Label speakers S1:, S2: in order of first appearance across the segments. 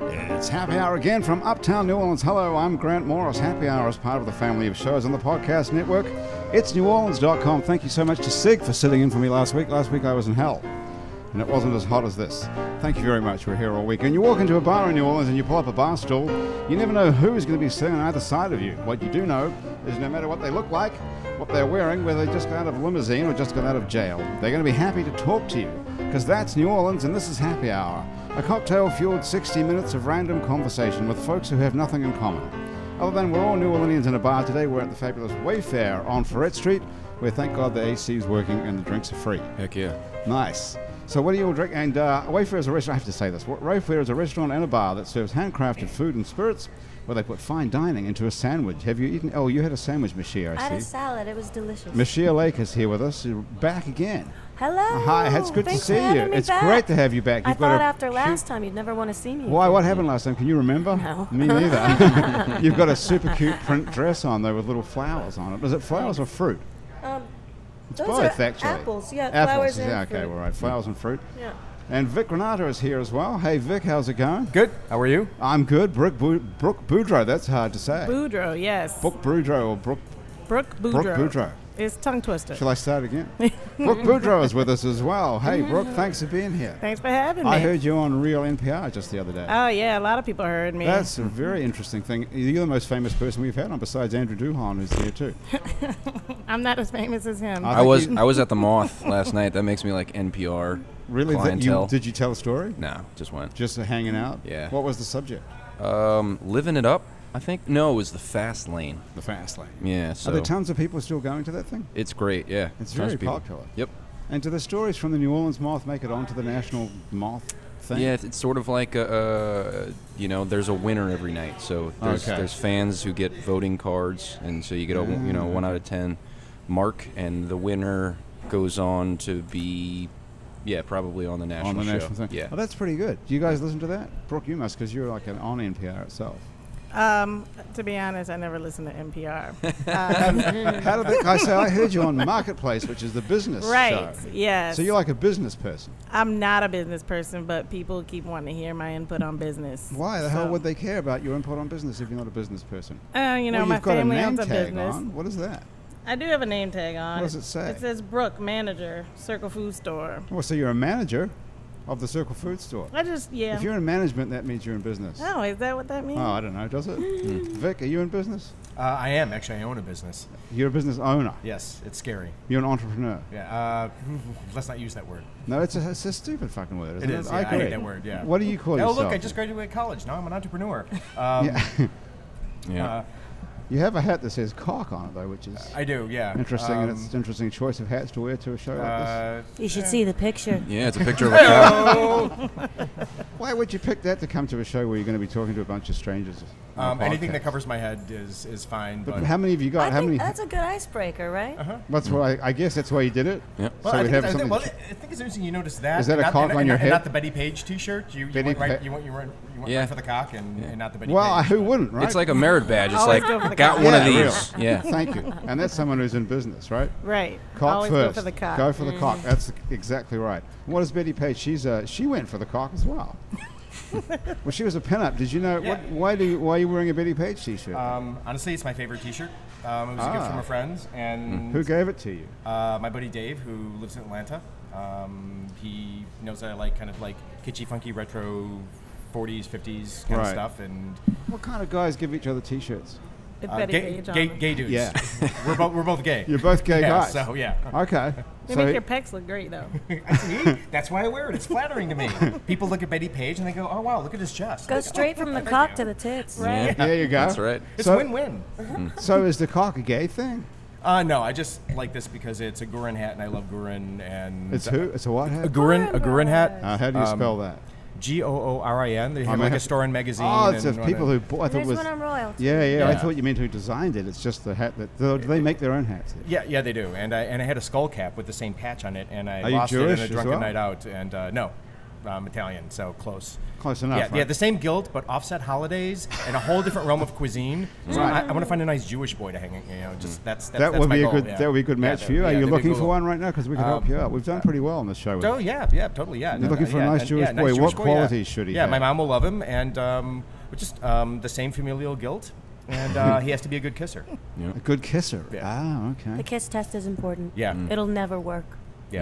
S1: It's Happy Hour again from Uptown New Orleans. Hello, I'm Grant Morris. Happy Hour is part of the family of shows on the podcast network. It's neworleans.com. Thank you so much to Sig for sitting in for me last week. Last week I was in hell, and it wasn't as hot as this. Thank you very much. We're here all week. And you walk into a bar in New Orleans and you pull up a bar stool, you never know who's going to be sitting on either side of you. What you do know is no matter what they look like, what they're wearing, whether they just got out of limousine or just got out of jail, they're going to be happy to talk to you because that's New Orleans and this is Happy Hour, a cocktail fueled 60 minutes of random conversation with folks who have nothing in common. Other than we're all New Orleanians in a bar today, we're at the fabulous Wayfair on Ferret Street, where thank God the AC is working and the drinks are free.
S2: Heck yeah.
S1: Nice. So what do you all drink? And uh, Wayfair is a restaurant. I have to say this. Wa- Wayfair is a restaurant and a bar that serves handcrafted food and spirits, where they put fine dining into a sandwich. Have you eaten? Oh, you had a sandwich, Michelle.
S3: I
S1: I
S3: had a
S1: see.
S3: salad. It was delicious.
S1: Michelle Lake is here with us. You're back again.
S3: Hello.
S1: Hi, it's good to
S3: Oh, Thanks
S1: see
S3: for
S1: you.
S3: having me
S1: It's
S3: back.
S1: great to have you back.
S3: I
S1: You've got
S3: thought
S1: a
S3: after
S1: huge-
S3: last time you'd never want to see me.
S1: Why? What happened last time? Can you remember?
S3: No.
S1: Me neither. You've got a super cute print dress on though with little flowers on it. Was it flowers or fruit?
S3: Um,
S1: It's
S3: those
S1: both
S3: are
S1: actually.
S3: apples. Yeah,
S1: Apples.
S3: flowers and
S1: yeah. Okay.
S3: fruit.
S1: All right. Flowers and fruit.
S3: Yeah.
S1: And Vic Renato is here as well. Hey Vic, how's it going?
S2: Good. How are you?
S1: I'm good. Brooke, Bu- Brooke Boudreau. That's hard to say.
S4: Boudreaux, yes.
S1: Brooke Boudreau or Brooke,
S4: Brooke Boudreau.
S1: Brooke Boudreau.
S4: It's tongue twister.
S1: Shall I start again? Brooke Boudreau is with us as well. Hey Brooke, thanks for being here.
S4: Thanks for having me.
S1: I heard you on Real NPR just the other day.
S4: oh, yeah, a lot of people heard me.
S1: That's a very interesting thing. You're the most famous person we've had on besides Andrew Duhan, who's here too.
S4: I'm not as famous as him.
S1: I
S2: I
S1: think
S2: was
S1: you-
S2: I was at the Moth last night. That makes me like NPR
S1: Really? That you,
S2: clientele.
S1: did you tell a story?
S2: nah, just went.
S1: Just hanging out?
S2: Yeah.
S1: What was the subject?
S2: Um, living it up. I think no, it was the fast lane.
S1: The fast lane.
S2: Yeah,
S1: Are
S2: so
S1: there tons of people still going to that thing?
S2: it's great. Yeah,
S1: It's
S2: Tons
S1: very
S2: of people.
S1: popular.
S2: Yep.
S1: And do the stories from the New Orleans moth make it onto the national moth thing?
S2: Yeah, it's, it's sort of like a, uh, you know, there's a winner every night. So there's,
S1: Okay.
S2: there's fans who get voting cards, and so you get a you know
S1: Mm.
S2: one out of ten mark, and the winner goes on to be, yeah, probably on the national
S1: On the
S2: show.
S1: national thing.
S2: Yeah.
S1: Oh, that's pretty good. Do you guys listen to that? Brooke, you must, because you're like an on NPR itself.
S4: um, to be honest, I never listened to NPR.
S1: How did that guy say, I heard you on Marketplace, which is the business
S4: right,
S1: show.
S4: yes.
S1: So you're like a business person.
S4: I'm not a business person, but people keep wanting to hear my input on business.
S1: Why the
S4: So-
S1: hell would they care about your input on business if you're not a business person?
S4: Uh, you know,
S1: well,
S4: my
S1: you've got
S4: family
S1: a name
S4: owns a
S1: tag
S4: business.
S1: on. What is that?
S4: I do have a name tag on.
S1: What does it say?
S4: It says Brooke, manager, Circle Food Store.
S1: Well, so you're a manager of the Circle Food Store.
S4: I just, yeah.
S1: If you're in management, that means you're in business.
S4: oh, is that what that means?
S1: Oh, I don't know, does it?
S2: Hmm.
S1: Vic, are you in business?
S5: Uh, I am actually. I own a business.
S1: You're a business owner.
S5: Yes, it's scary.
S1: You're an entrepreneur.
S5: Yeah. Uh, let's not use that word.
S1: No, it's a, it's a stupid fucking word. Isn't
S5: It
S1: it
S5: is, yeah, I hate
S1: agree.
S5: that word, yeah.
S1: What do you call
S5: oh,
S1: yourself?
S5: look! I just graduated college. Now I'm an entrepreneur. Um,
S1: Yeah.
S2: yeah.
S5: uh,
S1: you have a hat that says cock on it though, which is
S5: I do. Yeah.
S1: interesting. and
S5: Um,
S1: it's an interesting choice of hats to wear to a show like
S5: uh,
S3: You should see the picture.
S2: yeah, it's a picture of a cow.
S1: this. Why would you pick that to come to a show where you're going to be talking to a bunch of strangers? on a
S5: um, anything that
S1: podcast?
S5: covers my head is is fine.
S1: But
S5: But
S1: how many have you got?
S3: I
S1: how
S3: think
S1: many?
S3: that's a good icebreaker, right?
S4: Uh-huh.
S1: That's why I guess that's why you did it.
S2: Yeah.
S1: So
S5: Well, I,
S1: we
S5: think,
S1: have
S5: I,
S1: something.
S5: think, well, I think it's interesting you noticed that.
S1: Is that a
S5: and not-
S1: cock
S5: and-
S1: on
S5: and
S1: your
S5: not- and
S1: head?
S5: not the Betty Page T-shirt. You, you
S1: Betty
S5: went right.
S1: Pa-
S5: You went. You went. You went
S2: Yeah.
S5: right for the cock and, and not the Betty
S1: well,
S5: Page.
S1: who
S5: but-
S1: wouldn't, right?
S2: It's like a merit badge. It's
S4: Always
S2: like
S4: go for the
S2: got
S4: cock.
S2: one of
S1: Yeah, real.
S2: these. Yeah.
S1: Thank you. And that's someone who's in business, right?
S4: Right.
S1: Cock
S4: Always
S1: first.
S4: go for the cock. Mm.
S1: Go for the cock. That's exactly right. And what is Betty Page? She's uh, she went for the cock as well. well, she was a pinup. Did you know? What,
S5: Yeah.
S1: why do you, why are you wearing a Betty Page T-shirt?
S5: Um, honestly, it's my favorite T-shirt. Um, it was a gift
S1: Ah.
S5: from a friend,
S2: Hmm.
S5: and
S1: Who gave it to you?
S5: Uh, my buddy Dave, who lives in Atlanta, um, he knows that I like kind of like kitschy, funky, retro, 40s, 50s kind
S1: Right.
S5: of stuff, and
S1: What kind of guys give each other T-shirts?
S4: With
S5: uh,
S4: Betty
S5: gay,
S4: Page on
S5: gay,
S4: it.
S5: gay dudes.
S1: Yeah.
S5: we're both we're both gay.
S1: You're both gay
S5: yeah,
S1: guys.
S5: So yeah,
S1: Okay.
S4: They
S1: so
S4: make your pecs look great, though.
S5: See? that's why I wear it. It's flattering to me. People look at Betty Page and they go, "Oh wow, look at his chest."
S3: Go
S5: Like, oh,
S3: straight from the cock to the tits.
S2: Yeah.
S1: there you go.
S2: That's right.
S5: It's
S1: So-
S5: win-win.
S1: So is the cock a gay thing?
S5: Uh, no, I just like this because it's a Gurin hat, and I love Gurin. And
S1: It's who? It's a what
S5: A um,
S1: hat?
S5: Gurin, a Gurin hat.
S1: Uh, how do you spell that?
S5: G o o r i n. They have
S1: mean,
S5: like
S1: I-
S5: a store and magazine.
S1: Oh, it's
S5: and
S1: the people
S5: whatnot.
S1: who bought. I thought it
S3: There's
S1: was.
S3: one on Royal.
S1: Yeah, yeah, I
S5: Yeah.
S1: thought you meant who designed it. It's just the hat that. Do they make their own hats? There?
S5: Yeah, yeah, they do. And I and I had a skull cap with the same patch on it, and I
S1: Are you
S5: lost it
S1: Jewish
S5: in a
S1: as
S5: drunken
S1: well?
S5: night out. And uh, no, um, Italian, so close.
S1: Close enough,
S5: Yeah, yeah,
S1: right?
S5: the same guilt, but offset holidays and a whole different realm of cuisine. So
S1: Right.
S5: I, I want to find a nice Jewish boy to hang. in, You know, just that's, that's
S1: that
S5: that's
S1: would
S5: my
S1: be a
S5: goal,
S1: good
S5: yeah.
S1: that would be a good
S5: Yeah,
S1: match
S5: that-
S1: for you. Are
S5: yeah,
S1: you
S5: that'd be
S1: looking
S5: cool.
S1: for one right now? Because we could help
S5: Um,
S1: you out. We've done pretty well on this show. With
S5: Oh yeah, yeah, totally, yeah.
S1: You're looking for a
S5: yeah,
S1: nice
S5: and-
S1: Jewish
S5: yeah,
S1: boy. What
S5: Jewish yeah.
S1: qualities should he
S5: Yeah, my
S1: have?
S5: mom will love him, and um, but just um, the same familial guilt, and uh, he has to be a good kisser.
S1: a good kisser.
S5: Yeah.
S1: Ah,
S3: The
S1: okay.
S3: kiss test is important.
S5: Yeah,
S1: Mm.
S5: yeah,
S3: It'll never work.
S5: yeah.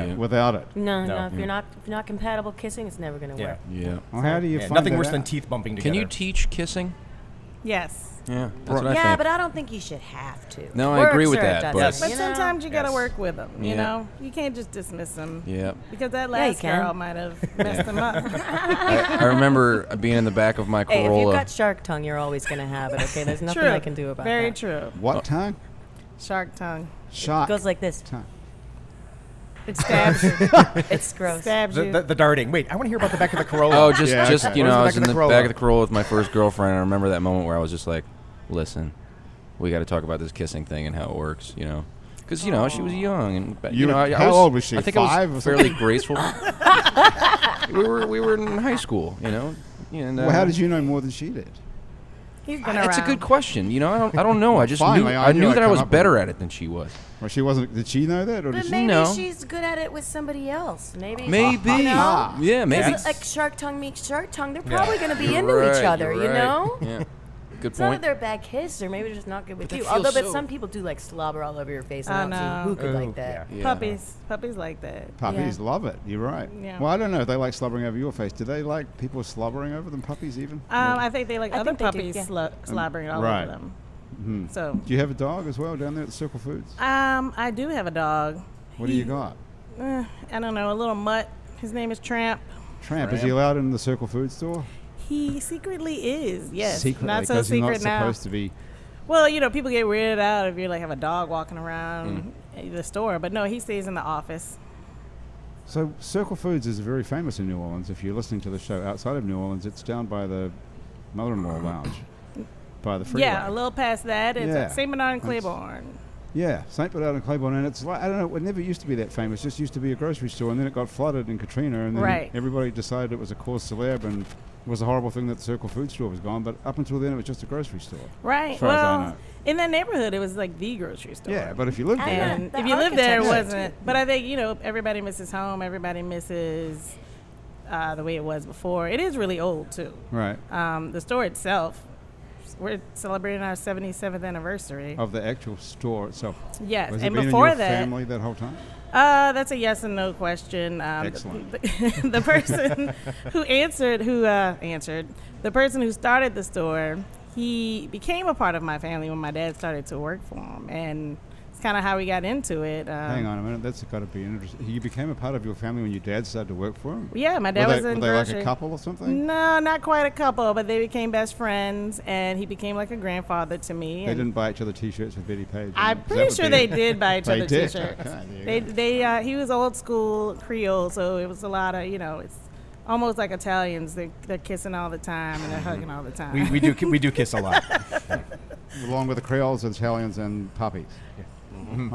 S2: Yeah.
S1: Without it,
S3: No, no.
S5: No.
S1: Mm.
S3: if you're not if you're not compatible kissing, it's never gonna work.
S2: Yeah.
S1: well, how do you
S5: Yeah,
S1: find
S5: nothing
S1: that
S5: worse than
S1: out?
S5: teeth bumping
S2: Can
S5: together.
S2: you teach kissing?
S4: Yes.
S2: Yeah. That's
S1: Right.
S2: what I
S3: yeah,
S2: think.
S3: but I don't think you should have to.
S2: No, I
S3: Works
S2: agree with
S3: or it
S2: that,
S3: doesn't,
S2: but-
S4: But
S3: you know?
S4: sometimes you got to
S5: Yes.
S4: work with them. You
S2: Yeah.
S4: know, you can't just dismiss them.
S2: yeah.
S4: Because that
S3: Yeah, you
S4: last
S3: can.
S4: girl might have messed them up.
S2: I remember being in the back of my
S3: Hey, if you've
S2: Corolla.
S3: got shark tongue, you're always going to have it, okay? There's nothing I
S4: true.
S3: can do about
S4: Very
S3: that.
S4: true.
S1: What tongue?
S4: Shark tongue.
S1: Shark
S3: goes like this.
S1: tongue.
S4: It stabs you.
S3: It's gross.
S4: stabs
S5: the,
S4: you.
S5: the, the darting. Wait, I want to hear about the back of the Corolla.
S2: Oh, just
S1: Yeah,
S2: just
S1: okay.
S2: you know, I
S5: Where's
S2: was in
S5: the
S2: the
S5: back of the Corolla?
S2: back of the Corolla with my first girlfriend. and I remember that moment where I was just like, "Listen, we got to talk about this kissing thing and how it works," you know, because you know she was young and but,
S1: You
S2: you
S1: were-
S2: know, I, I
S1: how
S2: was-
S1: old was she,
S2: I think
S1: five
S2: I
S1: or
S2: was
S1: something?
S2: fairly graceful. we were we were in high school, you know. And, uh,
S1: Well, how did you know more than she did?
S4: He's been
S2: I, that's a
S4: around.
S2: good question. You know, I don't, I don't know. I just
S1: Finally,
S2: knew,
S1: I
S2: I
S1: knew
S2: knew
S1: I'd
S2: that I
S1: come
S2: was
S1: up with
S2: better
S1: it.
S2: at it than she was.
S1: Well, she wasn't. Did she know that, or did
S3: But
S1: she?
S3: maybe
S2: No.
S3: she's good at it with somebody else. Maybe.
S2: Maybe,
S3: You know?
S2: yeah, maybe.
S3: Because, Like shark tongue meets shark tongue. They're probably going to be
S2: You're
S3: into each
S2: right,
S3: other,
S2: you're
S3: you
S2: right.
S3: know?
S2: Yeah, good
S3: It's not that
S2: point.
S3: they're a bad kiss, or maybe they're just not good with
S2: that
S3: you.
S2: feels
S3: Although, but
S2: so-
S3: some people do like slobber all over your face. And
S4: I
S3: I don't
S4: know.
S3: see who could
S5: Ooh,
S3: like that.
S5: yeah.
S2: Yeah.
S4: Puppies. Puppies like that.
S1: Puppies love it. You're right.
S4: Yeah.
S1: Well, I don't know if they like slobbering over your face. Do they like people slobbering over them, puppies even?
S4: Um, I think they like
S3: I
S4: other
S3: think they do,
S4: puppies
S3: yeah.
S4: slo- slobbering all
S1: right.
S4: over them. So,
S1: Do you have a dog as well down there at the Circle Foods?
S4: um, I do have a dog.
S1: What do you got?
S4: Uh, I don't know, a little mutt. His name is Tramp.
S1: Tramp, is
S2: Tramp.
S1: he allowed in the Circle Food store?
S4: He secretly is, yes.
S1: Secretly,
S4: not so
S1: 'cause
S4: secret
S1: you're not
S4: now.
S1: supposed to be.
S4: Well, you know, people get weirded out if you like have a dog walking around
S1: Mm.
S4: the store, but no, he stays in the office.
S1: So Circle Foods is very famous in New Orleans. If you're listening to the show outside of New Orleans, it's down by the Mother-in-Law Lounge, by the freeway.
S4: Yeah, a little past that. It's
S1: Yeah.
S4: yeah. St. Bernard and
S1: That's-
S4: Claiborne.
S1: Yeah, St. Bernard and Claiborne, and it's like I don't know. It never used to be that famous. It just used to be a grocery store, and then it got flooded in Katrina, and then
S4: Right.
S1: everybody decided it was a cause celeb and it was a horrible thing that the Circle Food store was gone. But up until then, it was just a grocery store.
S4: Right.
S1: far as I know.
S4: Well, in that neighborhood, it was like the grocery store.
S1: Yeah, but if you lived
S3: I
S1: there,
S3: don't-
S4: and
S3: The
S4: if you lived there, it
S3: architecture,
S4: wasn't. But I think you know everybody misses home. Everybody misses uh, the way it was before. It is really old too.
S1: right,
S4: Um, the store itself, we're celebrating our 77th anniversary.
S1: of the actual store itself.
S4: yes,
S1: Has
S4: and
S1: it been
S4: before
S1: in your
S4: that,
S1: family that whole time?
S4: uh, that's a yes and no question. Um,
S1: Excellent.
S4: The, the person who answered, who uh, answered, the person who started the store, he became a part of my family when my dad started to work for him, and it's kind of how we got into it. Um,
S1: Hang on a minute, that's got to be interesting. You became a part of your family when your dad started to work for him.
S4: Yeah, my
S1: Were
S4: dad
S1: they,
S4: was in
S1: were they like
S4: grocery. Mm,
S1: a couple or something?
S4: No, not quite a couple, but they became best friends, and he became like a grandfather to me.
S1: They
S4: and
S1: didn't buy each other T-shirts with Betty Page. on
S4: I'm
S1: it. 'Cause that
S4: pretty
S1: would
S4: sure
S1: be-
S4: they did buy each
S1: They
S4: other
S1: did?
S4: T-shirts.
S1: Okay, there you
S4: they,
S1: go.
S4: they, uh, he was old school Creole, so it was a lot of, you know, it's almost like Italians. They, they're kissing all the time and they're
S1: Mm-hmm.
S4: hugging all the time.
S5: we, we do ki- we do kiss a lot.
S1: along with the Creoles, Italians, and puppies. Mm-hmm.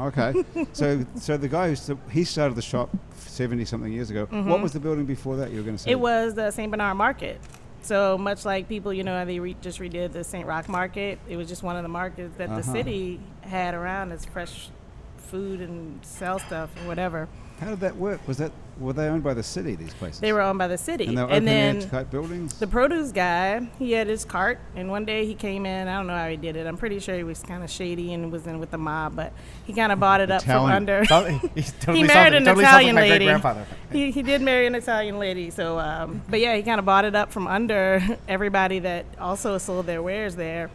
S1: Okay, so so the guy who st- he started the shop seventy something years ago. What was the building before that? You were going to say
S4: Mm-hmm. It was the St. Bernard Market. So much like people, you know, they re- just redid the St. Rock Market. It was just one of the markets that
S1: Uh-huh.
S4: the city had around as fresh food and sell stuff and whatever.
S1: How did that work? Was that were they owned by the city? These places
S4: They were owned by the city.
S1: and they were open
S4: then
S1: air type buildings.
S4: the produce guy, he had his cart, and one day he came in. I don't know how he did it. I'm pretty sure he was kind of shady and was in with the mob, but he kind of bought it up
S1: Italian.
S4: from under.
S5: Sound- he's totally
S4: he
S5: sounds-
S4: married an
S5: totally sounds
S4: Italian
S5: like my
S4: lady.
S5: Great grandfather.
S4: He, he did marry an Italian lady. So, um, but yeah, he kind of bought it up from under everybody that also sold their wares there,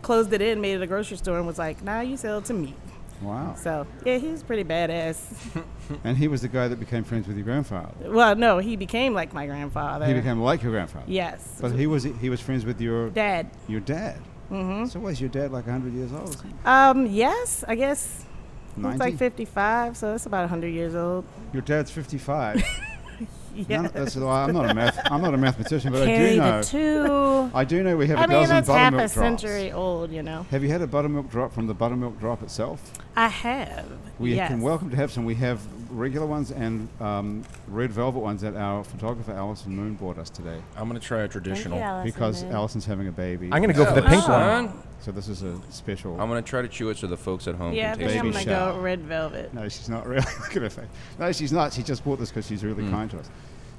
S4: closed it in, made it a grocery store, and was like, "Now you sell to me."
S1: wow!
S4: So yeah, he was pretty badass.
S1: And he was the guy that became friends with your grandfather.
S4: Well, no, he became like my grandfather.
S1: He became like your grandfather.
S4: yes,
S1: But he was he was friends with your
S4: dad.
S1: your dad. Mm-hmm. So was your dad like hundred years old? or something?
S4: Um, yes, I guess he's
S1: 90?
S4: like 55, so that's about 100 years old.
S1: Your dad's fifty five.
S4: Yeah.
S1: that's, I'm not a math I'm not a mathematician, but I
S3: Carry
S1: do
S3: the
S1: know
S3: two.
S1: I do know we have a
S4: I mean,
S1: dozen
S4: that's half
S1: buttermilk
S4: a
S1: drops.
S4: century old, you know.
S1: Have you had a buttermilk drop from the buttermilk drop itself?
S4: I have.
S1: We
S4: yes.
S1: can welcome to have some. We have regular ones and um, red velvet ones that our photographer Alison Moon bought us today
S6: I'm gonna try a traditional.
S1: because Alison's having a baby.
S5: I'm gonna go
S4: Oh,
S5: for the pink one.
S1: so this is a special.
S2: I'm gonna try to chew it so the folks at home
S4: Yeah, I
S2: can
S4: think
S2: taste
S4: I'm
S1: Baby
S4: gonna
S1: shower.
S4: go red velvet.
S1: no, she's not really. Look at her face. No, she's not. She just bought this because she's really kind to us.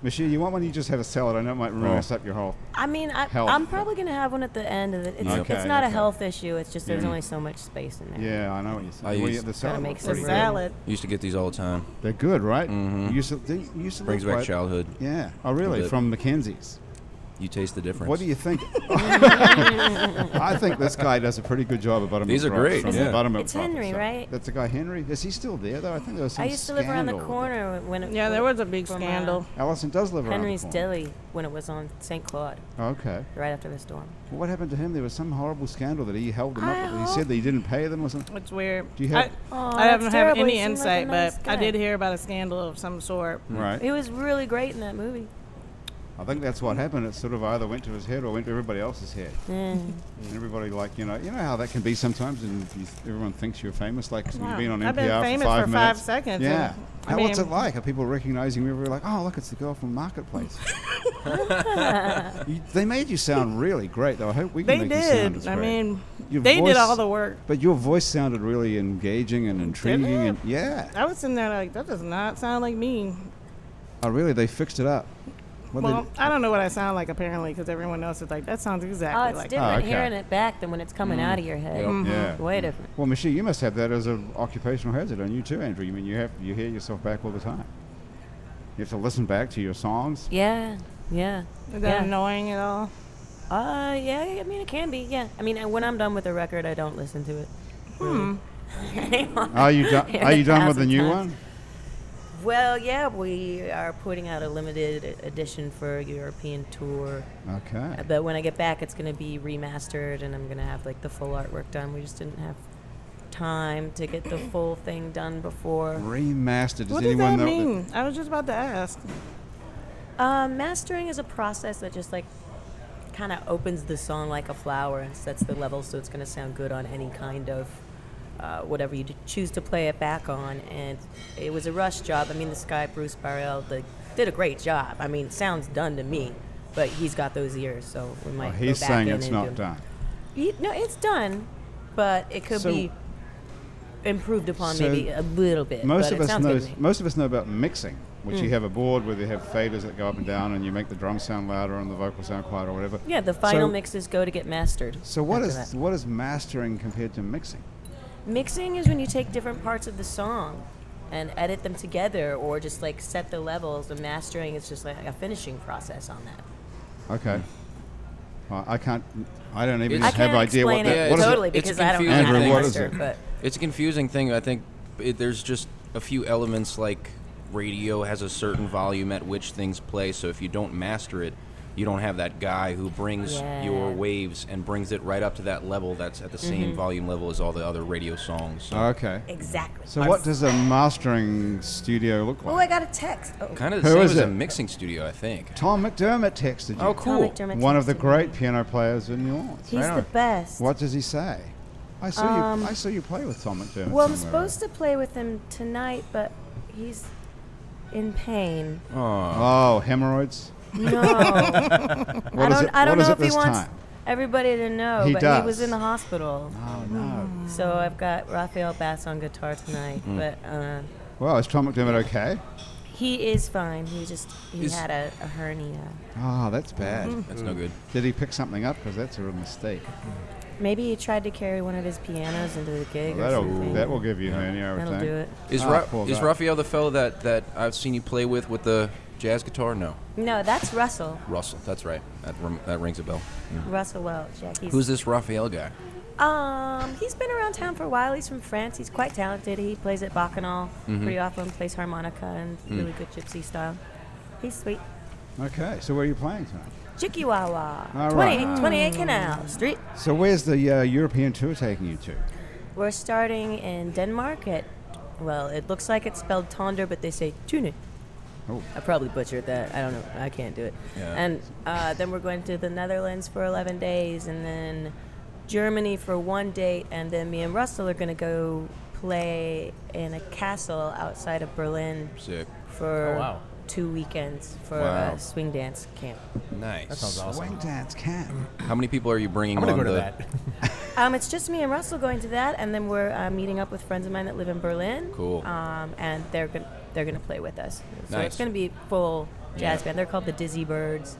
S1: Michelle, you want one? You just had a salad. I know it might ruin
S2: Hmm. Oh.
S1: us up your whole.
S3: I mean, I,
S1: Health.
S3: I'm probably gonna have one at the end of it. It's,
S1: Okay,
S3: it's not a
S1: okay.
S3: health issue. It's just there's
S1: Yeah.
S3: only so much space in there.
S1: Yeah, I know what you're saying.
S2: I
S1: Well,
S2: used-
S1: yeah, the
S3: Gotta
S1: salad.
S3: make
S1: looks
S4: The
S3: some
S1: pretty good.
S4: salad.
S2: Used to get these all the time.
S1: They're good, right? Mm-hmm. You used to, they you used to
S2: Brings
S1: look
S2: back
S1: like-
S2: childhood.
S1: Yeah. Oh, really?
S2: bit.
S1: From Mackenzie's.
S2: You taste the difference.
S1: What do you think? I think this guy does a pretty good job of buttermilk.
S2: These are
S1: drops
S2: great,
S1: From the
S2: yeah.
S1: buttermilk
S3: It's
S1: drop
S3: Henry,
S1: itself.
S3: right?
S1: That's the guy Henry. Is he still there though? I think there was some
S3: I used to live around the
S1: scandal.
S3: corner when it,
S4: Yeah, there was a big
S3: from, uh,
S4: scandal.
S1: Allison does live
S3: Henry's
S1: around the corner.
S3: Deli when it was on St. Claude,
S1: Okay.
S3: right after the storm.
S1: Well, what happened to him? There was some horrible scandal that he held them
S3: I
S1: up. with. He
S3: hope-
S1: said that he didn't pay them or something.
S4: It's weird.
S1: Do you have-
S4: I,
S3: Aw,
S4: I haven't
S3: that's
S4: have
S3: terrible.
S4: any
S3: He seemed like a
S4: insight,
S3: nice
S4: but I
S3: guy.
S4: did hear about a scandal of some sort.
S1: Right.
S3: He was really great in that movie.
S1: I think that's what happened. It sort of either went to his head or went to everybody else's head. And everybody like you know you know how that can be sometimes, and you, everyone thinks you're famous. Like you've
S4: Wow.
S1: been on NPR
S4: I've been famous
S1: for five
S4: for
S1: minutes.
S4: five seconds,
S1: Yeah.
S4: and- I
S1: How, what's it
S4: mean-
S1: like? Are people recognizing me? We're like, oh, look, it's the girl from Marketplace. you, they made you sound really great, though. I hope we can
S4: They
S1: make you sound as
S4: did. I
S1: great.
S4: mean,
S1: Your
S4: they
S1: voice-
S4: did all the work.
S1: but your voice sounded really engaging and intriguing,
S4: it?
S1: and yeah,
S4: I was sitting there like, that does not sound like me.
S1: oh, really, they fixed it up. What
S4: Well, I don't know what I sound like apparently because everyone else is like, that sounds
S3: Oh,
S4: exactly
S3: it's
S4: like
S3: different
S1: okay.
S3: hearing it back than when it's coming out of your head.
S1: they, yeah.
S3: Way different.
S1: Well, Michelle, you must have that as an occupational hazard, and you too, Andrew. I mean, you have you hear yourself back all the time. You have to listen back to your songs.
S3: Yeah, yeah.
S4: Is that
S3: yeah.
S4: annoying at all?
S3: Uh, yeah. I mean, it can be. Yeah. I mean, uh, when I'm done with a record, I don't listen to it. Hmm.
S1: Are you done? Are you done with the new
S3: Thousand
S1: one?
S3: Well, yeah, we are putting out a limited edition for a European tour. uh,
S1: Okay.
S3: But when I get back, it's going to be remastered, and I'm going to have like the full artwork done. We just didn't have time to get the full thing done before.
S1: Remastered. Does
S4: what does
S1: anyone
S4: that
S1: know?
S4: mean? I was just about to ask.
S3: Uh, mastering is a process that just like kind of opens the song like a flower and sets the level so it's going to sound good on any kind of uh, whatever you d- choose to play it back on. And it was a rush job. I mean, this guy, Bruce Barrell, the, did a great job. I mean, sounds done to me, but he's got those ears, so we might.
S1: Oh,
S3: go
S1: he's
S3: back
S1: saying
S3: in
S1: it's
S3: and
S1: not
S3: do-
S1: done.
S3: He- no, it's done, but it could
S1: So-
S3: be improved upon
S1: So
S3: maybe a little bit.
S1: Most
S3: but
S1: of
S3: it
S1: us
S3: sounds
S1: know.
S3: good to me. Hmm.
S1: Most of us know about mixing, which you have a board where they have faders that go up and down, and you make the drums sound louder and the vocals sound quieter or whatever.
S3: Yeah, the final
S1: So-
S3: mixes go to get mastered.
S1: So what
S3: after
S1: is
S3: that.
S1: what is mastering compared to mixing?
S3: Mixing is when you take different parts of the song and edit them together or just like set the levels. The mastering is just like a finishing process on that.
S1: Okay. Well, I can't. I don't even
S2: It's- I
S1: have
S3: can't
S1: idea what
S3: explain
S1: that.
S2: Yeah,
S3: it
S1: what is
S3: totally
S2: It's
S3: because I don't know
S2: confusing.
S3: how to
S1: Andrew, what is
S3: master,
S1: it?
S3: but
S2: It's a confusing thing. I think it, there's just a few elements like radio has a certain volume at which things play. So if you don't master it, you don't have that guy who brings
S3: Yeah.
S2: your waves and brings it right up to that level that's at the
S5: Mm-hmm.
S2: same volume level as all the other radio songs. So
S1: Okay.
S3: exactly.
S1: So what does a mastering studio look
S3: Oh, I
S1: like?
S3: got a text. Oh,
S2: kind of the
S1: Who
S2: same
S1: is
S2: as a
S1: it?
S2: mixing studio, I think.
S1: Tom McDermott texted you.
S2: Oh, cool.
S3: Tom McDermott
S1: One of the
S3: texted me.
S1: great piano players in New Orleans.
S3: He's
S1: Right on.
S3: the best. Um,
S1: What does he say? I saw you. I saw you play with Tom McDermott.
S3: Well, I'm
S1: somewhere.
S3: supposed to play with him tonight, but he's in pain.
S1: Oh, hemorrhoids.
S3: No.
S1: What
S3: I
S1: is
S3: don't.
S1: it?
S3: I don't
S1: what is it
S3: know if he
S1: this
S3: wants
S1: time?
S3: everybody to know,
S1: He
S3: but he
S1: does.
S3: was in the hospital.
S1: Oh no.
S3: So I've got Raphael Bass on guitar tonight,
S1: Hmm.
S3: but uh,
S1: Well, is Tom McDermott okay?
S3: he is fine. He just he
S2: Is-
S3: had a, a hernia.
S1: Oh, that's bad.
S2: That's
S5: Mm.
S2: no good.
S1: Did he pick something up? Because that's a real mistake.
S3: Maybe he tried to carry one of his pianos into the gig. or
S1: that'll
S3: something.
S1: that will give you hernia. I would
S3: That'll
S1: think.
S3: do it.
S2: Is,
S1: Ah,
S2: Ra-
S1: poor
S2: is
S1: guy.
S2: Raphael the fellow that, that I've seen you play with with the jazz guitar? No.
S3: No, that's Russell.
S2: Russell. That's right. That, rim- that rings a bell.
S3: Russell Welch. Yeah, he's
S2: Who's this Raphael guy?
S3: um he's been around town for a while. He's from France. He's quite talented. He plays at Bacchanal pretty often. Plays harmonica and really good gypsy style. He's sweet.
S1: Okay. So where are you playing tonight?
S3: Chikiwawa,
S1: All
S3: 28
S1: right.
S3: 28 Canal Street.
S1: So where's the uh, European tour taking you to?
S3: We're starting in Denmark at, well, it looks like it's spelled Tonder, but they say Tune.
S1: Oh.
S3: I probably butchered that. I don't know. I can't do it.
S2: Yeah.
S3: And uh, then we're going to the Netherlands for 11 days, and then Germany for one day, and then me and Russell are going to go play in a castle outside of Berlin
S2: Sick.
S3: for
S5: Oh, wow.
S3: two weekends for
S2: Wow.
S3: a swing dance camp.
S2: Nice. That
S5: sounds awesome.
S1: Swing dance can.
S2: How many people are you bringing
S5: I'm gonna
S2: on
S5: go to
S2: the?
S5: that.
S3: Um, it's just me and Russell going to that, and then we're uh, meeting up with friends of mine that live in Berlin.
S2: Cool.
S3: Um, and they're gonna they're gonna play with us. So
S2: Nice.
S3: it's gonna be full jazz
S2: Yeah.
S3: band. They're called the Dizzy Birds.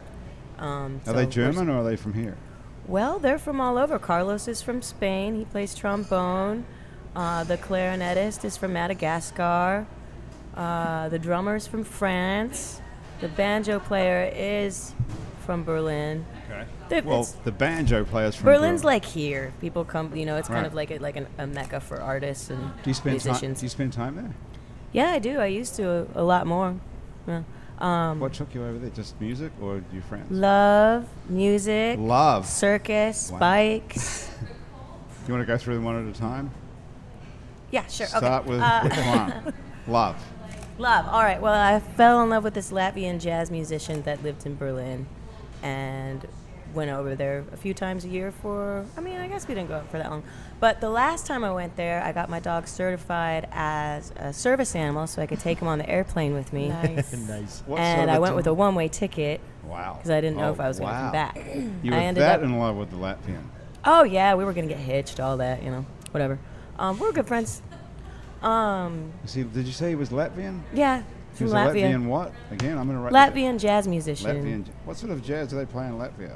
S3: Um,
S1: Are
S3: so
S1: they
S3: we're-
S1: German or are they from here?
S3: Well, they're from all over. Carlos is from Spain. He plays trombone. Uh, the clarinetist is from Madagascar. Uh, the drummer is from France. The banjo player is from Berlin.
S5: okay.
S3: They're-
S1: Well,
S3: it's-
S1: the banjo players from
S3: Berlin's
S1: Berlin.
S3: like here. People come, you know, it's kind
S1: Right.
S3: of like a, like an, a mecca for artists and
S1: Do you spend time?
S3: musicians.
S1: Do you spend time there?
S3: yeah, I do. I used to a, a lot more. Yeah. Um,
S1: What took you over there? Just music or your friends?
S3: love, music,
S1: Love.
S3: circus,
S1: Wow.
S3: bikes.
S1: You want to go through them one at a time?
S3: Yeah, sure.
S1: Start
S3: okay.
S1: with
S3: Uh,
S1: which one? Love.
S3: Love. All right. Well, I fell in love with this Latvian jazz musician that lived in Berlin and went over there a few times a year for, I mean, I guess we didn't go for that long. But the last time I went there, I got my dog certified as a service animal so I could take him on the airplane with me.
S4: Nice.
S5: nice.
S1: What sort
S3: And
S1: of
S3: I went
S1: dog-
S3: with a one way ticket
S1: Wow.
S3: because I didn't know
S1: Oh,
S3: if I was going to
S1: wow.
S3: come back.
S1: You
S3: I
S1: were
S3: ended
S1: that
S3: up-
S1: in love with the Latvian.
S3: Oh yeah, we were gonna get hitched, all that, you know, whatever. Um, we're good friends. Um,
S1: See, did you say he was Latvian?
S3: yeah,
S1: He
S3: from
S1: was a
S3: Latvia.
S1: Latvian what? Again, I'm going to write that down.
S3: Latvian jazz musician.
S1: Latvian. j- What sort of jazz do they play in Latvia?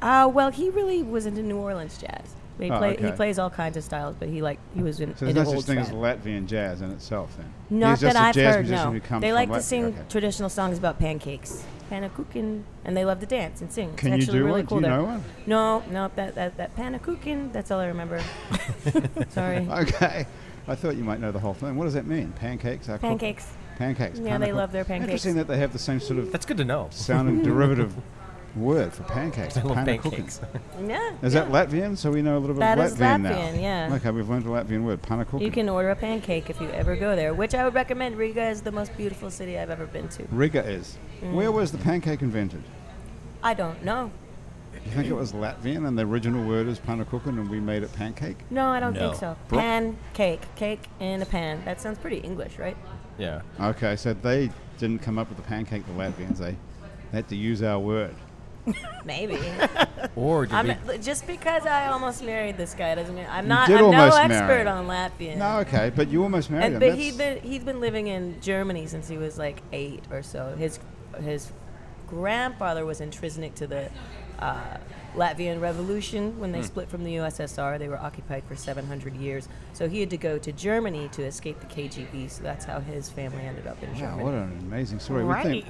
S3: Uh, well, he really was into New Orleans jazz. He,
S1: Oh,
S3: play, he
S1: okay.
S3: plays all kinds of styles, but he like he was in,
S1: So there's
S3: into
S1: no
S3: old
S1: such thing as
S3: trad.
S1: Latvian jazz in itself, then.
S3: Not
S1: He's just
S3: that
S1: a
S3: I've
S1: jazz
S3: heard.
S1: musician
S3: No,
S1: who comes
S3: they
S1: from
S3: like
S1: Latvia.
S3: to sing
S1: Okay.
S3: traditional songs about pancakes, panakukin, and they love to dance and sing. It's
S1: Can you
S3: actually
S1: do
S3: really
S1: one?
S3: cool
S1: do you
S3: there.
S1: know one?
S3: No, no, that that that panakukin. That's all I remember. Sorry,
S1: Okay. I thought you might know the whole thing. What does that mean? Pancakes are cooked-
S3: pancakes.
S1: Pancakes.
S3: Yeah, they
S1: Hanukkah.
S3: love their
S1: Interesting that they have the same sort of
S5: That's good to know.
S1: sounding derivative word for pancakes.
S5: I love
S1: Hanukkah cooking.
S5: pancakes.
S3: Yeah.
S1: Is
S3: yeah.
S1: that Latvian? So we know a little bit
S3: That
S1: of
S3: is
S1: Latvian now.
S3: Latvian, yeah.
S1: Okay, we've learned a Latvian word, panakukin.
S3: You can order a pancake if you ever go there, which I would recommend. Riga is the most beautiful city I've ever been to.
S1: Riga is.
S3: Mm.
S1: Where was the pancake invented?
S3: I don't know.
S1: You think it was Latvian and the original word is panakukin and we made it pancake?
S3: No, I don't think
S2: No.
S3: so.
S1: Bro-
S3: Pancake. Cake in a pan. That sounds pretty English, right?
S5: Yeah.
S1: Okay, so they didn't come up with the pancake, the Latvians. They they had to use our word.
S3: Maybe.
S5: Or did
S3: I'm
S5: we,
S3: not, just because I almost married this guy doesn't mean I'm not.
S1: did
S3: I'm no
S1: almost
S3: expert
S1: marry him.
S3: on Latvian.
S1: No, okay, but you almost married
S3: And,
S1: him.
S3: but
S1: That's-
S3: he'd been he'd been living in Germany since he was like eight or so. His his grandfather was intrinsic to the uh, Latvian Revolution when they
S1: Hmm.
S3: split from the USSR. They were occupied for 700 years, so he had to go to Germany to escape the KGB. So that's how his family ended up in
S1: Wow,
S3: Germany.
S1: what an amazing story. We think,
S4: Right.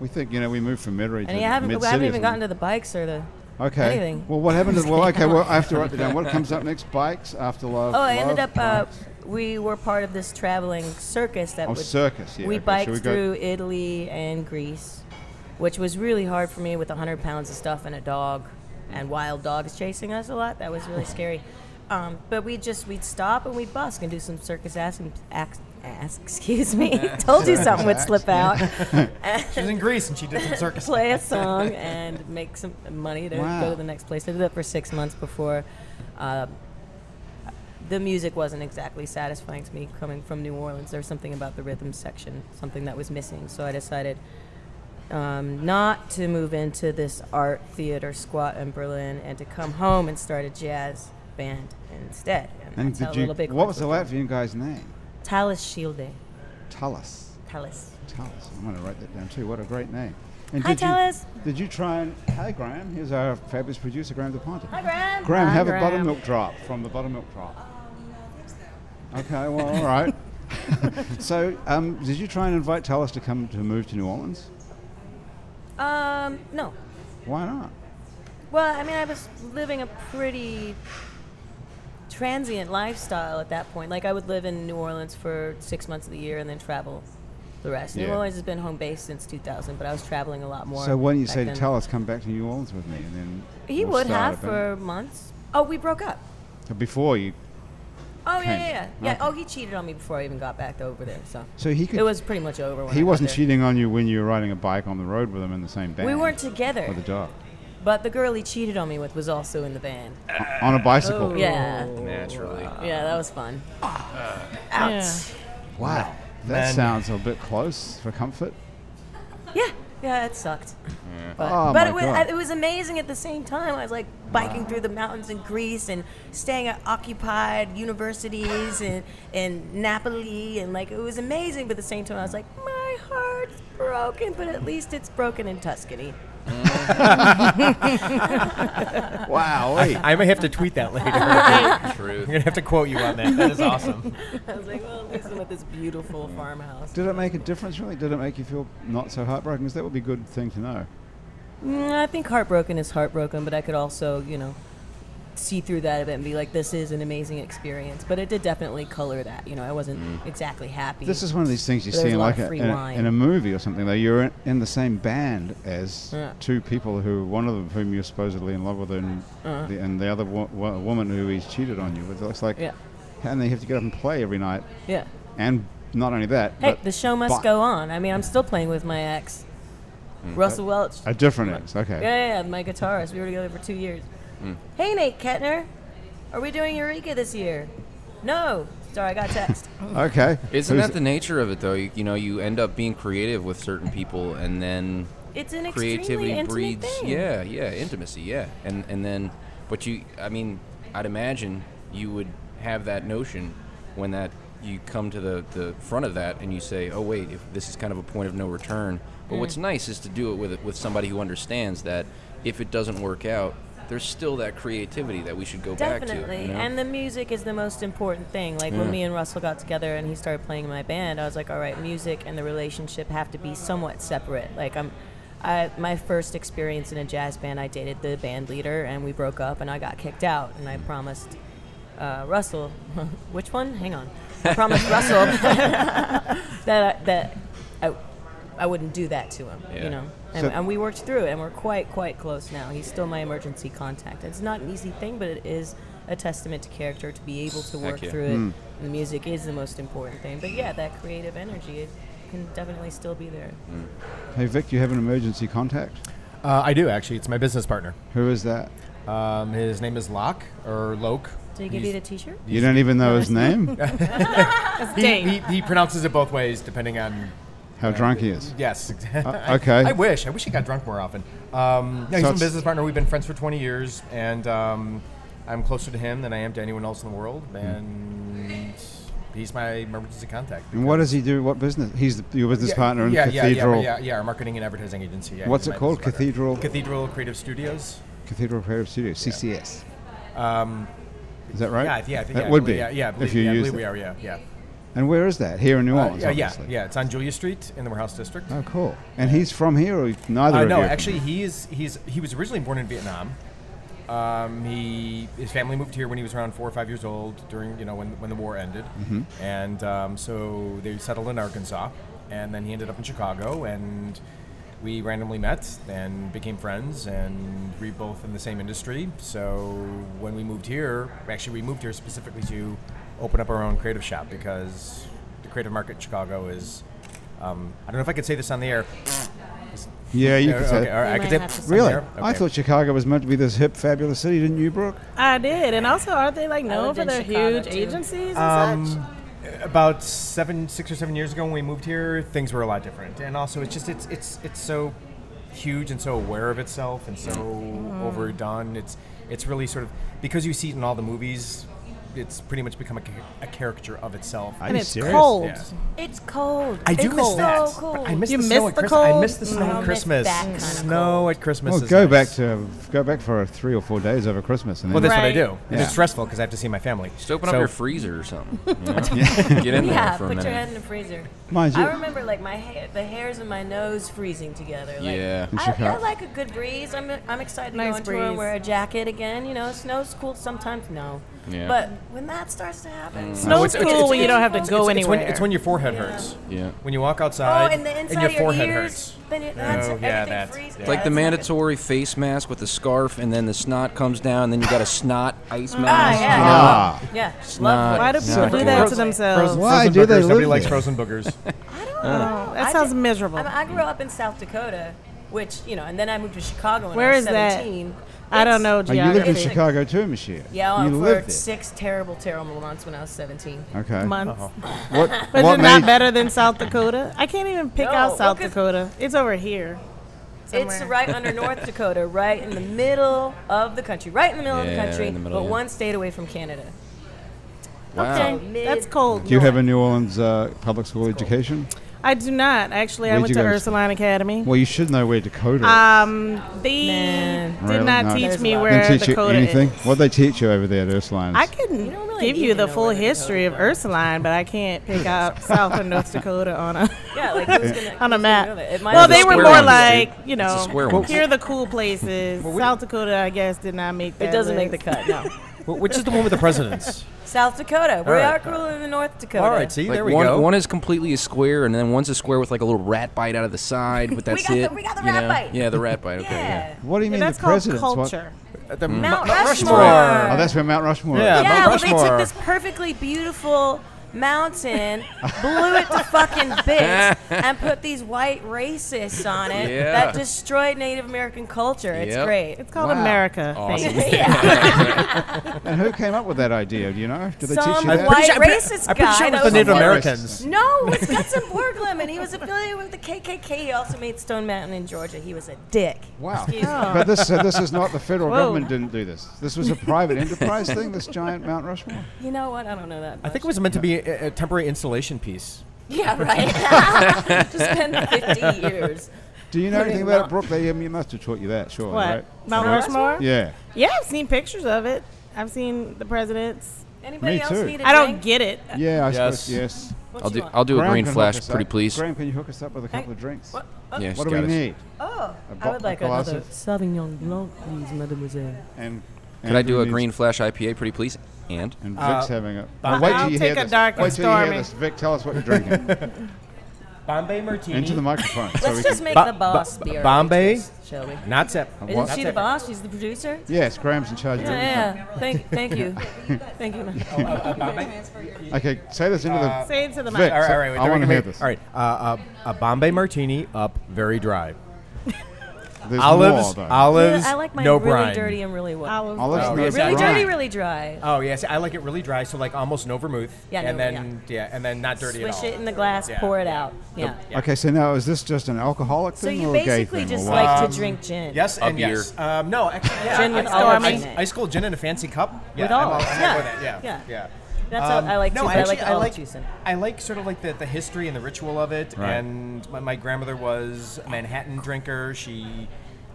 S1: we think, you know, we moved from Metairie to
S3: and you haven't,
S1: mid
S3: I haven't even gotten to the bikes or the
S1: Okay.
S3: anything.
S1: Well, what happened? To, well, okay. Well, I have to write it down. What comes up next? Bikes after love.
S3: Oh, I ended
S1: love,
S3: up. Uh,
S1: bikes.
S3: we were part of this traveling circus that
S1: Oh,
S3: would
S1: circus, yeah,
S3: we
S1: okay, so
S3: biked
S1: we go-
S3: through Italy and Greece, which was really hard for me with 100 pounds of stuff and a dog, and wild dogs chasing us a lot. That was really scary. Um, but we just we'd stop and we'd busk and do some circus ass and ax, ass. Excuse me, told you something would slip out.
S5: she was in Greece and she did some circus.
S3: play a song and make some money to
S1: Wow.
S3: go to the next place. I did that for six months before. Uh, the music wasn't exactly satisfying to me coming from New Orleans. There was something about the rhythm section, something that was missing. So I decided um, not to move into this art theater squat in Berlin and to come home and start a jazz band instead. And,
S1: and
S3: that's how
S1: did you?
S3: Little Big
S1: What was
S3: Horns
S1: the
S3: born.
S1: Latvian guy's name?
S3: Talis Shielde.
S1: Talas.
S3: Talis.
S1: Talis. I'm going to write that down too. What a great name. And
S3: Hi,
S1: did
S3: Talis.
S1: You, did you try and? Hi, Graham. Here's our fabulous producer, Graham DePonte.
S3: Hi, Graham.
S1: Graham,
S4: Hi,
S1: have
S4: Graham.
S1: a buttermilk drop from the buttermilk drop. Okay. Well, all right. so, um, did you try and invite Talis to come to move to New Orleans?
S3: Um, no,
S1: Why not?
S3: Well, I mean, I was living a pretty transient lifestyle at that point. Like, I would live in New Orleans for six months of the year and then travel the rest. New
S1: Yeah.
S3: Orleans has been home base since 2000, but I was traveling a lot more.
S1: So when you
S3: back
S1: say
S3: then.
S1: to Talis, come back to New Orleans with me, and then
S3: he
S1: we'll
S3: would
S1: start
S3: have
S1: a band.
S3: for months. Oh, we broke up.
S1: before you.
S3: Oh yeah,
S1: Came.
S3: yeah, yeah. yeah.
S1: Okay.
S3: Oh, he cheated on me before I even got back over there. So
S1: So he could.
S3: it was pretty much over. When I
S1: he
S3: got
S1: wasn't
S3: there.
S1: cheating on you when you were riding a bike on the road with him in the same band.
S3: We weren't together.
S1: With a dog.
S3: But the girl he cheated on me with was also in the band.
S1: on a bicycle.
S3: Oh, Yeah.
S2: Naturally.
S3: Yeah, that was fun.
S4: Yeah.
S3: Ouch.
S1: Wow. That
S5: Man.
S1: sounds a bit close for comfort.
S3: Yeah. Yeah, it sucked. But,
S1: Oh
S3: but
S1: my
S3: it was
S1: God.
S3: it was amazing at the same time. I was like biking through the mountains in Greece and staying at occupied universities and in Napoli and like it was amazing. But at the same time, I was like, my heart's broken, but at least it's broken in Tuscany.
S1: Wow.
S5: I may have to tweet that later. I'm
S2: Truth.
S5: gonna have to quote you on that. That is awesome.
S3: I was like, well, at least I'm at this beautiful farmhouse.
S1: Did it make a difference, really? Did it make you feel not so heartbroken? Because that would be a good thing to know.
S3: Mm, I think heartbroken is heartbroken, but I could also, you know, see through that a bit and be like, this is an amazing experience. But it did definitely color that. You know, I wasn't exactly happy.
S1: This is one of these things you
S3: There's
S1: see
S3: a
S1: in
S3: lot
S1: like
S3: of
S1: a,
S3: free
S1: in, a,
S3: wine.
S1: in a movie or something. Though you're in, in the same band as
S3: Yeah.
S1: two people who one of them whom you're supposedly in love with, and
S3: Uh-huh.
S1: the, and the other wo- wo- woman who he's cheated on you with. It's like,
S3: Yeah.
S1: and they have to get up and play every night,
S3: yeah.
S1: and not only that,
S3: Hey,
S1: but
S3: the show must
S1: but-
S3: go on. I mean, I'm still playing with my ex,
S2: Mm.
S3: Russell Welch.
S1: a different ex. Okay.
S3: yeah, yeah, yeah, my guitarist. We were together for two years.
S2: Mm.
S3: Hey, Nate Kettner, are we doing Eureka this year? No. Sorry, I got text.
S1: Okay.
S2: Isn't
S1: Who's-
S2: that the nature of it, though? You, you know, you end up being creative with certain people, and then
S3: it's an extremely
S2: creativity
S3: intimate
S2: breeds,
S3: thing.
S2: yeah, yeah, intimacy, yeah, and and then, but you, I mean, I'd imagine you would have that notion when that you come to the the front of that, and you say, oh wait, if this is kind of a point of no return. But
S3: Mm.
S2: what's nice is to do it with with somebody who understands that if it doesn't work out, there's still that creativity that we should go back to.
S3: Definitely.
S2: you know?
S3: And the music is the most important thing. Like when me and Russell got together and he started playing in my band, I was like, all right, music and the relationship have to be somewhat separate. Like I'm I, my first experience in a jazz band, I dated the band leader and we broke up and I got kicked out and I
S2: Hmm.
S3: promised uh, Russell, which one? Hang on. I promised Russell that I, that I, I wouldn't do that to him,
S2: Yeah.
S3: you know. And,
S1: So-
S3: and we worked through it, and we're quite, quite close now. He's still my emergency contact. It's not an easy thing, but it is a testament to character to be able to work
S2: yeah.
S3: through it.
S5: Hmm.
S3: And the music is the most important thing. But yeah, that creative energy it can definitely still be there.
S5: Mm.
S1: Hey Vic, you have an emergency contact.
S5: Uh, I do actually. It's my business partner.
S1: Who is that?
S5: Um, his name is Locke or Loke.
S3: Did he give
S5: He's-
S3: you the T-shirt?
S1: You don't even know his name.
S5: he, he, he pronounces it both ways depending on.
S1: How drunk he is.
S5: Yes.
S1: Uh, okay.
S5: I, wish. I wish he got drunk more often. Um, no,
S1: So
S5: he's my
S1: it's-
S5: business partner. We've been friends for 20 years, and um, I'm closer to him than I am to anyone else in the world.
S1: Mm.
S5: And he's my emergency contact.
S1: And what does he do? What business? He's the, your business
S5: Yeah,
S1: partner in
S5: yeah, yeah,
S1: Cathedral.
S5: Yeah, yeah, yeah, our marketing and advertising agency. Yeah,
S1: What's it
S5: he's my
S1: called?
S5: business partner.
S1: Cathedral-
S5: Cathedral Creative Studios.
S1: Cathedral Creative Studio, CCS. Um, is that right?
S5: Yeah, I thi- yeah, I think,
S1: that
S5: yeah, I
S1: would
S5: believe-
S1: be.
S5: Yeah, yeah, I believe,
S1: if you
S5: yeah, I
S1: use
S5: believe we
S1: it.
S5: are. Yeah, yeah.
S1: And where is that? Here in New
S5: Uh,
S1: Orleans,
S5: yeah, yeah,
S1: obviously.
S5: yeah. It's on Julia Street in the Warehouse District.
S1: Oh, cool. And he's from here, or neither
S5: Uh,
S1: of
S5: no,
S1: you?
S5: actually, he's he's he was originally born in Vietnam. Um, he his family moved here when he was around four or five years old during you know when when the war ended,
S1: Mm-hmm.
S5: and um, so they settled in Arkansas, and then he ended up in Chicago, and we randomly met and became friends, and we both in the same industry. So when we moved here, actually we moved here specifically to open up our own creative shop because the creative market in Chicago is. Um, I don't know if I could say this on the air.
S1: Yeah, you
S5: Uh,
S1: could say.
S5: okay, all right, I
S3: might
S5: could say-
S3: have to say
S1: Really?
S5: Okay.
S1: I thought Chicago was meant to be this hip, fabulous city, didn't you, Brooke?
S4: I did, and also aren't they like known
S3: lived
S4: for
S3: in
S4: their
S3: Chicago,
S4: huge
S3: too.
S4: agencies and such?
S5: Um, about seven, six or seven years ago when we moved here, things were a lot different, and also it's just it's it's it's so huge and so aware of itself and so
S3: Mm-hmm.
S5: overdone. It's it's really sort of because you see it in all the movies. It's pretty much become a, ca- a caricature of itself.
S4: And it's
S1: serious?
S4: cold.
S5: Yeah.
S3: It's cold.
S5: I do
S3: it's
S5: miss
S3: so
S5: that.
S3: cold.
S5: but I miss
S4: You
S5: the
S4: miss
S5: snow at
S4: the
S5: Christmas. I
S4: cold?
S5: miss the snow
S3: I don't
S5: at
S3: miss
S5: Christmas.
S3: that kinda
S5: Snow at Christmas.
S1: Well,
S5: is
S1: go
S5: nice.
S1: back to go back for three or four days over Christmas, and
S5: Well,
S1: then
S5: that's what I
S4: Right.
S5: do. And
S1: Yeah.
S5: it's stressful because I have to see my family.
S2: Just open
S5: So-
S2: up your freezer or something. you know? Get in there
S3: yeah,
S2: for a
S3: put
S2: minute.
S3: your head in the frezer.
S1: Mind you-
S3: I remember like my hair, the hairs in my nose freezing together. Like,
S2: Yeah. In
S3: I, I
S1: Chicago.
S3: like a good breeze. I'm, I'm excited
S4: Nice
S3: to go on tour and
S4: breeze.
S3: wear a jacket again. You know, snow's cool sometimes. No,
S2: Yeah. Mm.
S3: but when that starts to happen,
S4: Snow's
S5: it's- it's-
S4: cool when
S5: it's-
S4: you don't have to
S3: it's-
S4: go
S5: it's,
S4: anywhere.
S5: When, it's when your forehead hurts.
S2: Yeah.
S5: When you walk
S3: oh,
S5: outside
S3: and the inside
S5: your
S3: of
S5: forehead
S3: your ears,
S5: hurts.
S3: then it, that's,
S5: Oh, yeah,
S3: everything
S5: that's-
S3: freezes.
S5: yeah.
S2: It's like the
S3: that's not good.
S2: mandatory face mask with the scarf, and then the snot comes down, and then you got a snot ice
S3: Ah,
S2: mask.
S3: yeah,
S1: ah,
S3: yeah, yeah.
S2: Not-
S4: Why do
S2: Not
S4: people do
S2: cool.
S4: that to
S5: Frozen-
S4: themselves?
S1: Why
S5: frozen
S1: do they
S5: boogers. Nobody
S1: live
S5: likes
S1: there?
S5: frozen boogers.
S3: I don't know.
S4: that
S3: I
S4: sounds
S3: did-
S4: miserable.
S3: I, mean, I grew up in South Dakota, Which you know, and then I moved to Chicago when
S4: Where
S3: I was
S4: is that?
S3: 17.
S4: I
S3: It's-
S4: don't know
S1: Oh, you lived in
S4: geography.
S1: Chicago too, Michelle.
S3: Yeah,
S1: you
S3: well, for
S1: lived there.
S3: six terrible, terrible months when I was 17.
S1: Okay.
S4: Months.
S1: What,
S4: But is
S1: what
S4: it not
S1: made-
S4: better than South Dakota? I can't even pick
S3: No,
S4: out South
S3: well, 'cause-
S4: Dakota. It's over here.
S3: It's
S4: somewhere.
S3: right under North Dakota, right in the middle of the country, right in the middle of the
S2: Yeah, right
S3: country,
S2: in the middle,
S3: but
S2: yeah.
S3: one state away from Canada.
S2: Wow.
S4: Okay,
S3: Mid-
S4: that's cold.
S1: Do you have a New Orleans uh, public school education?
S4: I do not actually. I
S1: Where'd
S4: went
S1: you
S4: to
S1: go to
S4: Ursuline Academy.
S1: Well, you should know where Dakota is.
S4: Um, they
S3: Man.
S4: did
S1: Really?
S4: not
S1: No.
S4: teach
S3: There's
S4: me
S3: a lot.
S4: where
S1: Didn't teach
S4: Dakota
S1: you anything?
S4: is.
S1: What would they teach you over there at Ursulines?
S4: I can
S3: don't really
S4: give
S3: need
S4: you
S3: to
S4: the
S3: know
S4: full
S3: where Dakota
S4: histoline, of
S3: is.
S4: Ursuline, but I can't pick out South and North Dakota on a
S3: Yeah, like who's gonna,
S4: on
S3: who's gonna
S4: a
S3: know
S4: map.
S3: that? It might
S4: Well,
S3: as
S4: they
S2: a
S4: were
S2: square
S4: more
S2: one,
S4: like
S2: Steve.
S4: you
S2: It's a
S4: know,
S2: square one.
S4: here are the cool places. South Dakota, I guess, did not make that.
S3: It doesn't make the cut.
S4: list.
S3: No,
S5: Wh- Which is the one with the presidents?
S3: South Dakota. We
S5: right.
S3: are cooler than North Dakota.
S5: All right, see,
S2: Like
S5: there we
S2: one,
S5: go.
S2: one is completely a square, and then one's a square with like a little rat bite out of the side. But that's
S3: got the-
S2: it.
S3: we got the
S2: you
S3: rat
S2: know?
S3: bite.
S2: Yeah, the rat bite. Okay.
S3: Yeah.
S1: what do you
S4: Yeah,
S1: mean
S4: that's
S1: the
S4: called
S1: presidents? What-
S4: culture.
S5: Uh, the
S3: Mount
S5: Mount
S3: Rushmore.
S1: Oh, that's where Mount Rushmore
S5: Yeah.
S1: is.
S3: Yeah,
S5: Mount
S3: well, they took
S5: Rushmore.
S3: this perfectly beautiful mountain, blew it to fucking bits, and put these white racists on it
S2: Yeah.
S3: that destroyed Native American culture. It's
S2: Yep.
S3: great.
S4: It's called
S1: Wow.
S4: America.
S2: Awesome.
S4: thanks.
S1: And who came up with that idea? Do you know? Did they teach
S3: Some
S1: you that?
S3: white
S5: I'm pretty-
S3: racist
S5: I'm pretty
S3: guy
S5: sure it
S3: that
S5: was the
S3: was
S5: Native
S1: one-
S5: Americans.
S3: No, it's Gutzon Borglum, and he was affiliated with the KKK. He also made Stone Mountain in Georgia. He was a dick.
S1: Wow.
S3: Excuse
S4: Oh.
S3: me.
S1: But this, so this is not the federal
S4: Whoa.
S1: government didn't do this. This was a private enterprise thing, this giant Mount Rushmore.
S3: You know what? I don't know that.
S5: I
S3: much.
S5: think it was meant to be a, a temporary installation piece.
S3: Yeah, right. Just been 50 years.
S1: Do you know anything about it, Brooke? They, I mean, you must have taught you that, surely,
S4: What
S1: right?
S4: Mount Rushmore?
S1: Yeah.
S4: Yeah, I've seen pictures of it. I've seen the presidents.
S3: Anybody
S1: Me
S3: else
S1: too.
S3: need a
S4: I don't
S3: drink?
S4: get it.
S1: Yeah, I
S5: Yes.
S1: suppose, yes.
S3: What
S2: I'll
S3: you
S2: do.
S3: want?
S2: I'll do a
S1: Graham
S2: green
S1: can hook us
S2: flash,
S1: up.
S2: pretty please.
S1: Graham, can you hook us up with a couple of drinks? What,
S2: Yeah, she's
S1: do we
S2: got us.
S1: need?
S3: Oh,
S1: A
S3: I would like
S1: vodka
S3: another
S1: glasses?
S3: Sauvignon Blanc, please, mademoiselle.
S1: And
S2: Could I do a green flash IPA, pretty please? And
S1: And Vic's
S5: Uh,
S1: having it.
S5: I'll
S1: wait till you
S4: take
S1: hear
S4: a
S1: this.
S4: dark and
S1: wait till you hear
S4: stormy.
S1: this. Vic, tell us what you're drinking.
S5: Bombay Martini.
S1: Into the microphone. so we
S3: Let's just
S1: can,
S3: make
S5: Ba-
S3: the boss
S5: ba-
S3: be our
S5: Bombay?
S3: waitress, shall we?
S5: Not Zep.
S1: What?
S3: Isn't
S1: Not
S3: she the boss? She's the producer.
S1: Yes, Graham's in charge of everything.
S3: Yeah, yeah. Thank, thank you, thank you. ma'am.
S1: Okay, say this into the.
S3: Uh,
S4: Say it to the
S1: Vic.
S4: mic.
S5: All right, all right.
S1: I
S5: wait, there
S1: wanna
S5: we go.
S1: hear this.
S5: All right, uh, uh, a Bombay Martini up, very dry.
S1: There's more,
S5: Olives,
S1: though.
S5: olives.
S3: I like mine
S5: no
S3: really
S5: brine.
S3: dirty and really wet.
S4: Olive.
S1: Olives,
S5: Oh,
S1: no
S5: yes,
S3: Really
S1: brine.
S3: dirty, really dry.
S5: Oh yes, I like it really dry, so like almost no vermouth.
S3: Yeah,
S5: and
S3: no,
S5: then yeah. and then not dirty
S3: Swish
S5: at all.
S3: it in the glass,
S5: Yeah.
S3: pour it out. Yeah.
S1: Okay, so now is this just an alcoholic
S3: So
S1: thing
S3: you
S1: or a gay
S3: basically
S1: thing?
S3: just
S1: or what?
S3: like to drink gin.
S5: Yes
S2: Up
S5: and yes.
S2: here.
S5: Um, no, actually, yeah,
S3: Gin with
S5: ice-
S3: olives
S5: ice-
S3: in it.
S5: Ice cold gin in a fancy cup. Yeah,
S3: With
S5: I'm all-
S3: olives,
S5: I'm all
S3: yeah.
S5: with it, Yeah,
S3: Yeah.
S5: yeah. Um,
S3: That's how I like
S5: no,
S3: too, but I
S5: actually,
S3: like olive juice in it.
S5: I like sort of like the, the history and the ritual of it.
S1: Right.
S5: And my, my grandmother was a Manhattan drinker. She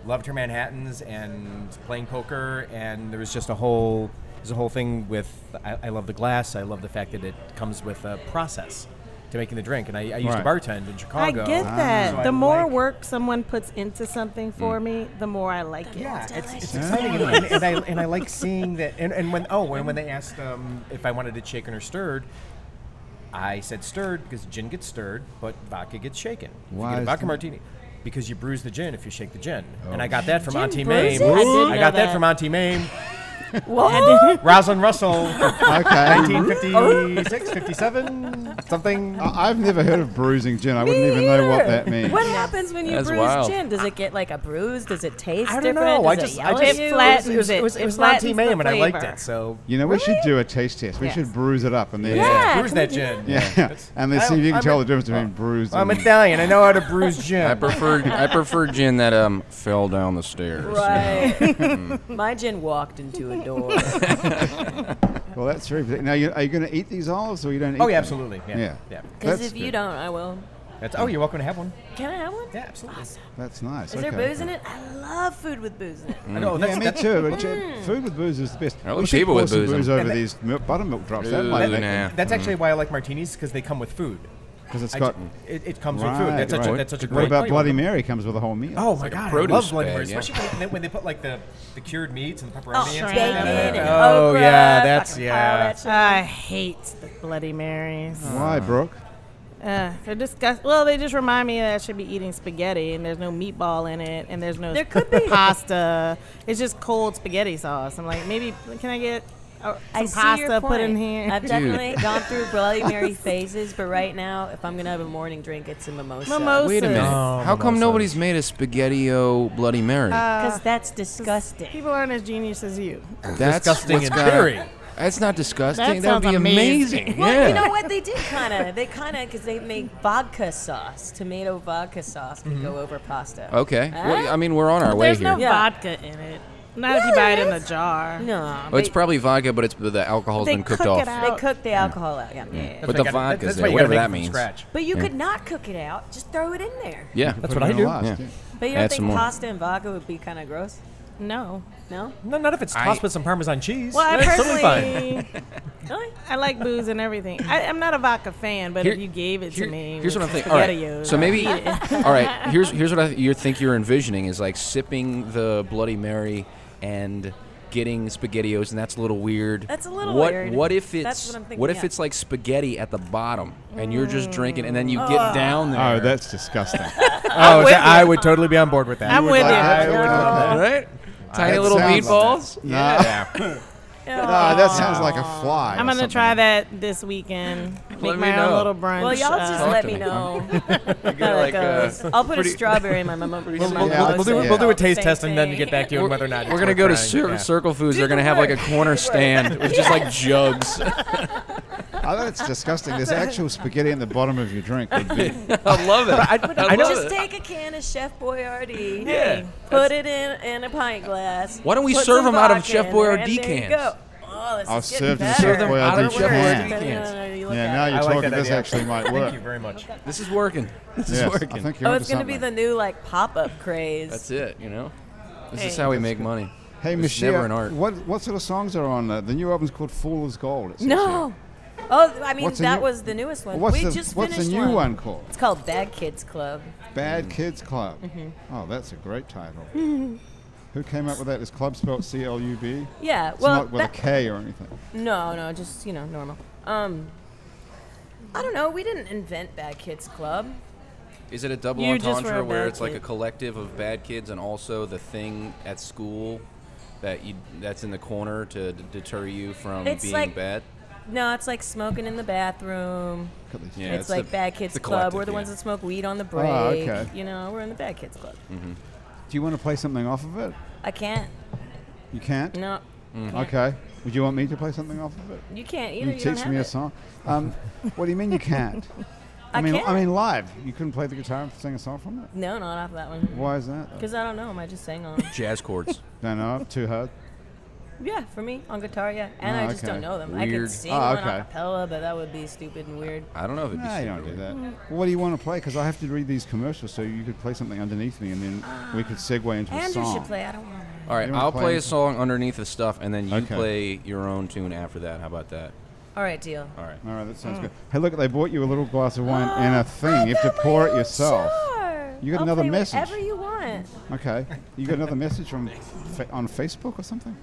S5: loved her Manhattans and playing poker. And there was just a whole there's a whole thing with I, I love the glass. I love the fact that it comes with a process to making the drink. And I, I used to
S1: Right.
S5: bartend in
S4: I
S5: Chicago.
S4: get that.
S5: Ah. So I
S4: The more
S5: like- Mm.
S4: work someone puts into something for me, the more I like it.
S5: Yeah, it's, it's exciting, and, and- and I and I like seeing that. And, and when oh, and when they asked um, if I wanted it shaken or stirred, I said stirred because gin gets stirred, but vodka gets shaken. If you
S1: Why
S5: get a
S1: is
S5: vodka
S1: that?
S5: martini? Because you bruise the gin if you shake the gin. And
S1: Oh,
S5: I got that from
S3: Gin
S5: Auntie
S3: bruises?
S5: Mame.
S3: I didn't
S5: got
S3: know
S5: that
S3: that.
S5: from Auntie Mame.
S3: What?
S5: Rosalind Russell,
S1: Okay.
S5: 1956, 57, something.
S1: I- I've never heard of bruising gin. I wouldn't even know what that means.
S3: What happens when you
S2: That's
S3: bruise
S2: wild.
S3: gin? Does it get like a bruise? Does it taste
S5: I don't
S3: different? Does
S5: know. I
S3: it
S5: just, I
S3: yell at
S5: just
S3: you?
S4: It flat-
S5: it was, it was,
S4: it
S5: it was Auntie
S4: flattens the
S5: Mame, and I liked
S4: flavor.
S5: it. So
S1: You know, we should do a taste test. We
S4: Yes.
S1: should bruise it up and then.
S3: Yeah,
S5: bruise
S3: can
S5: that
S3: we do
S5: gin.
S1: Yeah. And then see if you can
S5: I'm
S1: tell
S5: a-
S1: the difference between bruised
S5: I'm
S1: and.
S5: Italian. I know how to bruise gin.
S2: I prefer I prefer gin that um fell down the stairs.
S3: Right. My gin walked into a door.
S1: Well, that's very. Now, you, are you going to eat these olives or you don't eat
S5: Oh yeah,
S1: them?
S5: absolutely. Yeah.
S1: Yeah.
S5: yeah.
S3: Because
S1: That's
S3: if you
S1: good.
S3: don't, I will.
S5: That's, oh, you're welcome to have one.
S3: Can I have one?
S5: Yeah, absolutely.
S3: Awesome.
S1: That's nice.
S3: Is
S1: okay.
S3: there booze in it? I love food with booze in it.
S5: I know.
S1: Yeah,
S5: That's,
S1: me
S5: that's,
S1: too. But gin-
S3: Mm.
S1: food with booze is the best.
S2: I love
S1: we should
S2: people
S1: pour
S2: with
S1: some
S2: booze in
S1: booze
S2: it.
S1: over
S5: And that-
S1: these milk, buttermilk drops. that
S2: Ooh,
S1: might
S2: nah.
S1: make
S5: that's actually why I like martinis because they come with food.
S1: because it's
S5: I
S1: got.
S5: ju- it, it comes
S1: right,
S5: with food. That's such a
S1: right.
S5: that's such a
S1: What
S5: great.
S1: about
S5: flavor.
S1: Bloody Mary? Comes with a whole meal.
S5: Oh my god, I
S2: produce
S5: love Bloody
S2: bag,
S5: Mary,
S2: yeah.
S5: especially when they, when they put like the, the cured meats and the pepperoni. and stuff like
S3: Bacon
S5: that.
S3: and
S5: Oh,
S3: okra, Oh,
S5: yeah, that's-
S3: fucking
S5: yeah.
S3: pile of that
S4: I hate the Bloody Marys.
S5: Uh-huh.
S1: Why, Brooke?
S4: Uh, they're disgust. Well, they just remind me that I should be eating spaghetti, and there's no meatball in it, and there's no
S3: There could be.
S4: pasta. It's just cold spaghetti sauce. I'm like, maybe can I get uh,
S3: I
S4: some
S3: see your
S4: pasta put in
S3: point.
S4: here.
S3: I've definitely gone through Bloody Mary phases, but right now, if I'm gonna have a morning drink, it's a mimosa.
S4: Mimosa.
S2: Wait a minute.
S5: No,
S2: How come
S5: mimosas.
S2: nobody's made a spaghettio Bloody Mary?
S5: Uh,
S3: because that's
S4: Disgusting.
S3: disgusting.
S4: People aren't as genius as you.
S2: That's
S5: disgusting
S2: what's
S5: in
S2: gotta-
S5: theory.
S2: That's not disgusting.
S4: That
S2: That would
S4: sounds
S2: be amazing.
S4: amazing.
S2: yeah.
S3: Well, you know what they did kind of. They kind of because they make vodka sauce, tomato vodka sauce can go over pasta.
S2: Okay. Well,
S3: Huh?
S2: I mean, we're on our way
S4: There's
S2: here.
S4: no
S3: Yeah.
S4: vodka in it. Not if you
S3: Yeah,
S4: buy it
S3: there
S4: in a jar.
S3: No,
S2: Well, it's
S3: they-
S2: probably vodka, but it's the alcohol's
S4: They
S2: been cooked
S4: cook
S2: off.
S4: it out.
S3: they cook the alcohol out. Yeah.
S5: That's
S2: But the
S5: why you gotta-
S2: vodka's
S5: that's
S2: there,
S5: why you gotta
S2: whatever
S5: make
S2: that
S5: it from
S2: means.
S5: Scratch.
S3: But you could not cook it out. Just throw it in there.
S2: Yeah.
S5: That's
S1: Put
S5: what
S1: it
S5: I
S1: in
S5: do.
S1: a last,
S2: Yeah.
S3: But you
S2: Add
S3: don't
S2: some
S3: think
S2: more.
S3: pasta and vodka would be kind of gross?
S4: No.
S3: No,
S5: No, not if it's
S2: I-
S5: tossed with some Parmesan cheese.
S4: Well, I
S5: That's totally fine.
S4: personally,
S3: really?
S4: I like booze and everything. I, I'm not a vodka fan, but if
S2: Here-
S4: you gave it
S2: here-
S4: to me,
S2: Here's what I'm
S4: with
S2: thinking. All right.
S4: SpaghettiOs,
S2: So
S4: I'd
S2: maybe.
S4: eat it.
S2: all right. Here's here's what I th- you think you're envisioning is like sipping the Bloody Mary and getting SpaghettiOs, and that's a little weird.
S3: That's a little
S2: what,
S3: weird.
S2: What if it's
S3: That's what I'm thinking,
S2: if
S3: yeah.
S2: it's like spaghetti at the bottom, and you're just drinking, and then you get down there.
S1: Oh, that's disgusting.
S5: Oh, that- I would totally be on board with that.
S4: I'm with
S1: like
S4: you.
S1: that?
S5: would love that.
S2: right. Tiny
S1: That
S2: little
S1: sounds like-
S2: meatballs.
S1: Nah,
S5: Yeah.
S1: nah, that sounds like a fly.
S4: I'm
S1: or
S4: gonna
S1: something.
S4: try that this weekend. Make
S2: Let
S4: my
S2: me
S4: own
S2: know.
S4: little brunch.
S3: Well, y'all just
S4: uh,
S2: Talk
S3: let
S2: to
S3: me
S2: me.
S3: know
S2: You're
S3: how it
S2: like, uh,
S3: goes. I'll put a
S2: pretty-
S3: strawberry in my mimo- in my
S5: We'll,
S1: Yeah,
S5: we'll-
S3: mimosa.
S5: we'll do,
S1: yeah.
S5: we'll do a taste
S3: Same
S5: test and then
S3: thing.
S5: get back to you on whether or not it's
S2: We're gonna
S5: worth
S2: go to
S5: trying.
S2: Cir-
S5: Yeah.
S2: Circle Foods. They're
S3: the
S2: gonna have like a
S3: work.
S2: corner stand with just like jugs.
S1: Oh, that's disgusting. There's actual spaghetti in the bottom of your drink. Would be,
S2: I love it. I,
S5: I know-
S2: love
S3: Just
S2: it.
S3: take a can of Chef Boyardee.
S2: Yeah.
S3: Put it in in a pint glass.
S2: Why don't we
S3: put
S2: serve 'em
S3: some
S2: out of
S3: vodka
S2: Chef
S3: in there, and
S2: Boyardee
S3: there you
S2: cans?
S3: go. Oh, this
S1: I'll
S3: is getting
S1: serve them
S3: better.
S1: Chef
S2: Serve them out
S1: Boyardee
S2: of
S1: cans.
S2: Boyardee
S3: No, no,
S2: cans.
S3: no, no, you look
S1: yeah,
S3: at
S1: now
S3: it.
S1: you're
S5: I like
S1: talking.
S5: that
S1: This
S5: idea.
S1: actually might work.
S5: Thank you very much.
S2: This is working. This
S1: Yes,
S2: is working.
S1: I think you're
S3: Oh,
S1: onto
S3: it's gonna be
S1: something.
S3: the new like pop-up craze.
S2: That's it, you know? This is
S4: Hey.
S2: how we make money.
S1: Hey,
S2: It's
S1: Michelle,
S2: never an art.
S1: What, what sort of songs are on uh, the new album's called Fool's Gold? it says
S3: No. Oh, I mean
S1: What's the
S3: that
S1: new-
S3: was the newest
S1: here.
S3: one.
S1: What's
S3: we
S1: the
S3: just
S1: What's the
S3: finished
S1: new one, called?
S3: It's called Bad Kids Club.
S2: Mm.
S1: Bad Kids Club.
S3: Mm-hmm.
S1: Oh, that's a great title. Who came up with that? Is club spelled C L U B? It's
S3: Yeah. Well,
S1: not with
S3: that-
S1: a K or anything.
S3: No, no, just you know, normal. Um, I don't know. We didn't invent Bad Kids Club.
S2: Is it a double
S4: You just were
S2: entendre
S4: a
S2: where
S4: bad
S2: it's like a
S4: kid.
S2: collective of bad kids and also the thing at school that you that's in the corner to d- deter you from
S3: It's
S2: being
S3: like-
S2: bad?
S3: No, it's like smoking in the bathroom.
S1: Look at these
S2: Yeah,
S3: it's,
S2: it's
S3: like
S2: the-
S3: Bad
S2: it's
S3: Kids
S2: the
S3: Club.
S2: collective,
S3: We're the
S2: yeah. Mm.
S3: ones that smoke weed on the break.
S1: Oh, okay.
S3: You know, we're in the Bad Kids Club.
S1: Do you want to play something off of it?
S3: I can't.
S1: You can't?
S3: No,
S2: Mm-hmm.
S1: Okay. Would you want me to play something off of it?
S3: you
S1: Can
S3: can't either.
S1: you,
S3: you don't
S1: teach
S3: have
S1: me a
S3: it.
S1: song? Um, what do you mean you can't?
S3: I
S1: mean,
S3: can't.
S1: I mean, live. You couldn't play the guitar and sing a song from it.
S3: No, not off that one.
S1: Why is that?
S3: Because I don't know. Am I just sang on?
S2: Jazz chords.
S1: No, no, too hard.
S3: yeah, for me on guitar. Yeah, and
S1: Oh,
S3: I just
S1: okay.
S3: don't know them. I
S2: Weird.
S3: could sing
S1: Oh,
S3: one
S1: okay.
S3: a cappella, but that would be stupid and weird.
S2: I don't know if it'd be
S1: No, you
S2: super
S1: don't do
S2: weird.
S3: Mm.
S1: that. Well, what do you want to play? Because I have to read these commercials, so you could play something underneath me, and then we could segue into a
S3: Ah. Andrew
S1: song.
S3: should play. I don't want. to.
S2: All right,
S1: You wanna
S2: I'll
S1: play
S2: play a
S1: anything?
S2: song underneath the stuff and then you
S1: Okay.
S2: play your own tune after that. How about that?
S3: All right, deal.
S2: All right.
S1: All right, that
S3: Mm.
S1: sounds good. Hey, look, they bought you a little glass of wine
S3: Oh,
S1: and a thing. You have to pour it yourself.
S3: Sure.
S1: You got
S3: I'll
S1: another
S3: play
S1: message.
S3: Whatever you want.
S1: Okay. You got another message from fa- on Facebook or something?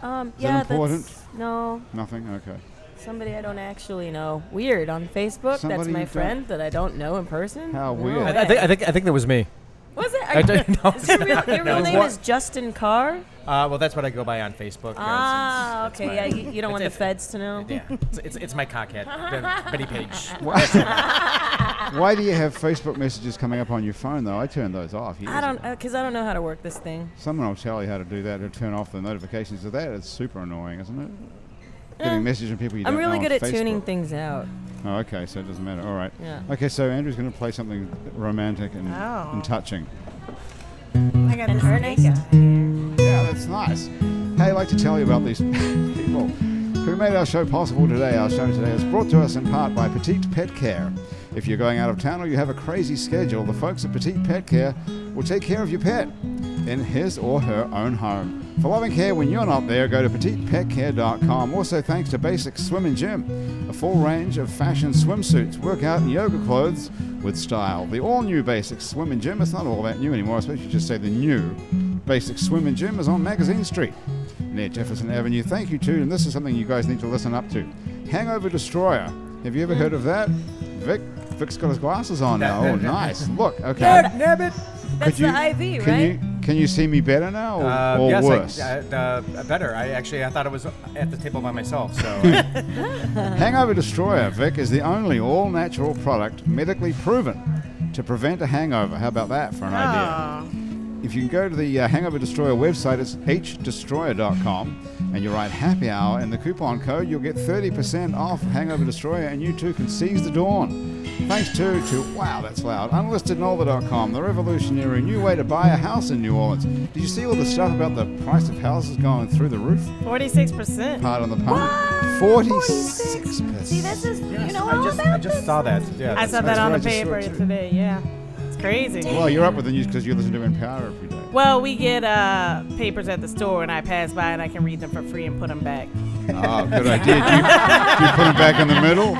S3: Um,
S1: that
S3: yeah,
S1: important?
S3: that's no
S1: Nothing. Okay.
S3: somebody I don't actually know. Weird on Facebook.
S1: Somebody
S3: that's
S1: you
S3: my
S1: don't-
S3: friend that I don't know in person.
S1: How
S3: No
S1: weird.
S5: I,
S1: I
S5: I think,
S3: way.
S5: I, think, I think that was me.
S3: was it?
S5: I don't know.
S3: Is your real, your real name is Justin Carr.
S5: Uh, well, that's what I go by on Facebook.
S3: Ah,
S5: it's- it's- it's
S3: okay.
S5: my-
S3: Yeah, you, you don't want the
S5: it's-
S3: feds to know.
S5: Yeah, it's, it's, it's my cockhead, Ben- Betty Page.
S1: Why do you have Facebook messages coming up on your phone, though? I turned those off. years
S3: I don't,
S1: ago.
S3: uh 'cause I don't know how to work this thing.
S1: Someone will tell you how to do that or turn off the notifications of that. It's super annoying, isn't it? Getting messages from people you
S3: Mm-hmm. Um, I'm
S1: don't know
S3: really
S1: on
S3: good at
S1: Facebook.
S3: tuning things out.
S1: Oh, okay, so it doesn't matter. All right.
S3: Yeah.
S1: Okay, so Andrew's going to play something romantic and,
S4: Oh.
S1: and touching.
S4: I got
S3: And
S4: this
S3: her
S4: taste.
S3: naked.
S1: Yeah, that's nice. Hey, I'd like to tell you about these people who made our show possible today. Our show today is brought to us in part by Petite Pet Care. If you're going out of town or you have a crazy schedule, the folks at Petite Pet Care will take care of your pet in his or her own home. For loving care when you're not there, go to petitepetcare.com. Also, thanks to Basic Swim and Gym, a full range of fashion swimsuits, workout, and yoga clothes with style. The all new Basic Swim and Gym, it's not all that new anymore, I suppose you just say the new. Basic Swim and Gym is on Magazine Street near Jefferson Avenue. Thank you, too. And this is something you guys need to listen up to Hangover Destroyer. Have you ever heard of that? Vic, Vic's got his glasses on now. Oh, nice. Look, okay.
S5: Nabbit.
S3: That's the IV,
S1: can
S3: right?
S1: You, Can you see me better now or,
S5: Uh,
S1: or
S5: yes,
S1: worse?
S5: I, I, uh, better. I actually I thought I was at the table by myself. So I,
S1: Hangover Destroyer, Vic, is the only all natural product medically proven to prevent a hangover. How about that for an idea?
S3: Ah.
S1: If you can go to the uh, Hangover Destroyer website, it's hdestroyer.com, and you write happy hour in the coupon code, you'll get 30% off Hangover Destroyer, and you too can seize the dawn. Thanks too to, wow, that's loud, unlistednolder.com, the revolutionary new way to buy a house in New Orleans. Did you see all the stuff about the price of houses going through the roof?
S4: Forty-six percent.
S1: Part on the pun.
S3: What?
S1: 46%.
S3: See, this is you know all
S5: I just
S3: about
S5: I just
S3: this.
S5: saw that. Yeah,
S4: I
S5: that's-
S4: saw that on the
S1: right, I just saw
S4: paper
S1: it too.
S4: today. Yeah, it's crazy.
S1: Well, you're up with the news because you listen to Empower every day.
S4: Well, we get uh, papers at the store, and I pass by and I can read them for free and put them back.
S1: Oh, good idea. Do you, do you put them back in the middle?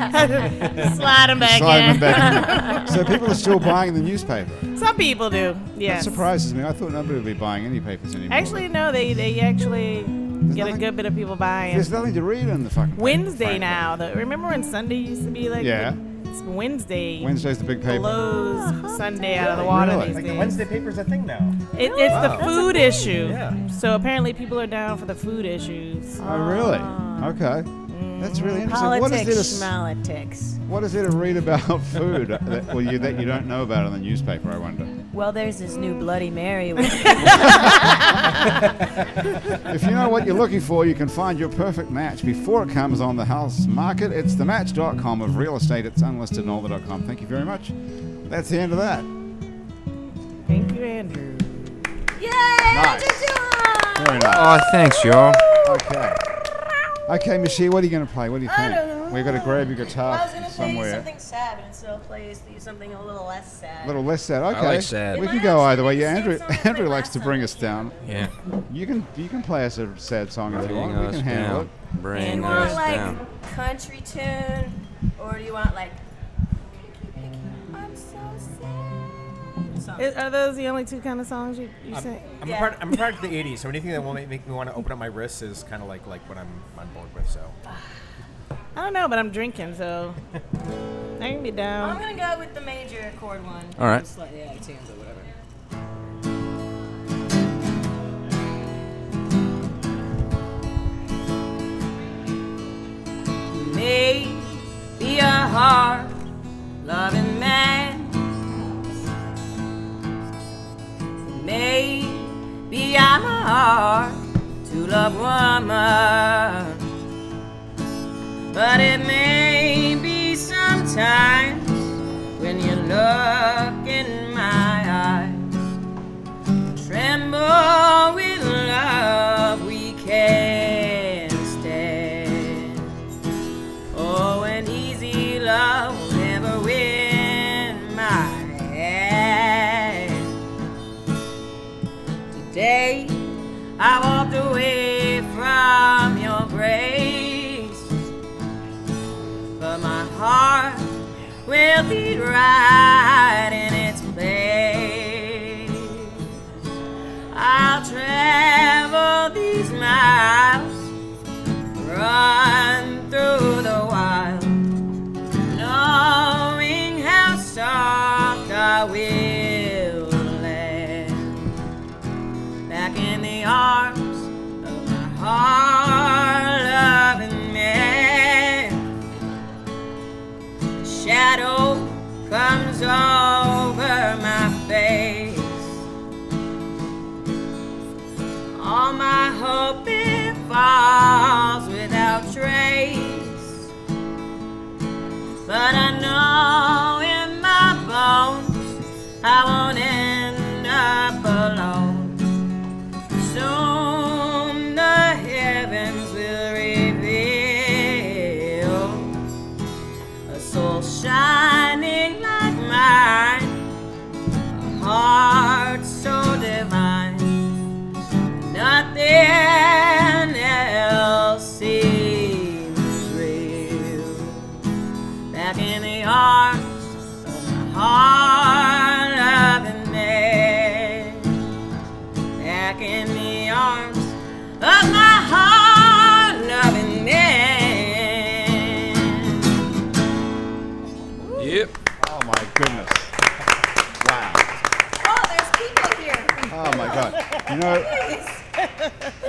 S4: Slide them back
S1: Slide them
S4: in.
S1: back. in. So people are still buying the newspaper.
S4: Some people do.
S1: That
S4: Yes.
S1: surprises me. I thought nobody would be buying any papers anymore.
S4: Actually, no. They they actually get
S1: nothing-
S4: a good bit of people buying.
S1: there's nothing to read in the fucking. paper,
S4: Wednesday
S1: frankly.
S4: now. The, remember when Sunday used to be like?
S1: Yeah.
S4: the- it's Wednesday.
S1: Wednesday's the big paper.
S4: blows
S3: Uh-huh.
S4: Sunday out of the
S1: Really?
S4: water
S1: Really?
S4: these
S5: Like the
S4: days.
S5: Wednesday paper's a thing now.
S4: It, it's the food issue.
S5: Yeah.
S4: So apparently people are down for the food issues.
S1: Oh, really?
S4: Mm.
S1: Okay. That's really interesting. What is, there to,
S3: Politics,
S1: s-
S3: politics.
S1: what is there to read about food that, well, you, that you don't know about in the newspaper, I wonder?
S3: Well, there's this new Bloody Mary. One.
S1: If you know what you're looking for, you can find your perfect match before it comes on the house market. It's the match.com of real estate. It's unlistednolder.com. Thank you very much. That's the end of that.
S4: Thank you, Andrew.
S3: Yay!
S1: Nice. Very nice.
S2: Oh, thanks, y'all.
S1: Okay. Okay, Michelle, what are you going to play? What do you think?
S3: I don't know.
S1: We've got to grab your guitar
S3: I was gonna play
S1: somewhere.
S3: something sad, but instead I'll play something a little less sad.
S1: A little less sad. Okay.
S2: like sad.
S1: We
S3: Am
S1: can
S3: I
S1: go
S3: actually
S1: either way.
S3: gonna
S1: Yeah,
S3: sing
S1: Andrew.
S3: something
S1: Andrew
S3: like
S1: likes to
S3: last
S1: bring
S3: time?
S1: us down.
S2: Yeah.
S1: You can you can play us a sad song if you
S2: Bring
S1: want. We
S2: us
S1: can handle
S2: down. Bring
S3: you
S2: us
S3: want like
S2: down.
S3: country tune, or do you want like? I'm so sad. Something.
S4: Is- are those the only two kind of songs you, you sing?
S5: I'm,
S3: Yeah.
S5: a part, I'm a product of the 80s, so anything that will make, make me want to open up my wrists is kind of like like what I'm on board with. So
S4: I don't know, but I'm drinking, so I can be
S3: I'm
S4: down.
S3: gonna go with the major chord one.
S2: All right.
S3: I'm slightly out of tune, but whatever. May be a hard loving man. Maybe I'm a hard to love woman. But it may be sometimes when you look in my eyes, tremble with love we can't stand. Oh, an easy love will never win my hand. Today I walked away from your grace but my heart will be right in its place. I'll travel these miles, run through the wild, knowing how soft I will land. Back in the arms of my heart loving man shadow comes over my face. All my hope it falls without trace. But I know in my bones I won't end up alone. Soon the heavens will reveal a soul shining like mine, a heart so divine, nothing else seems real. Back in the arms of my heart loving man, back in the arms of my heart loving man.
S2: Yep.
S1: it. Oh my goodness. Wow.
S3: Oh, there's people here.
S1: Oh my God. You know,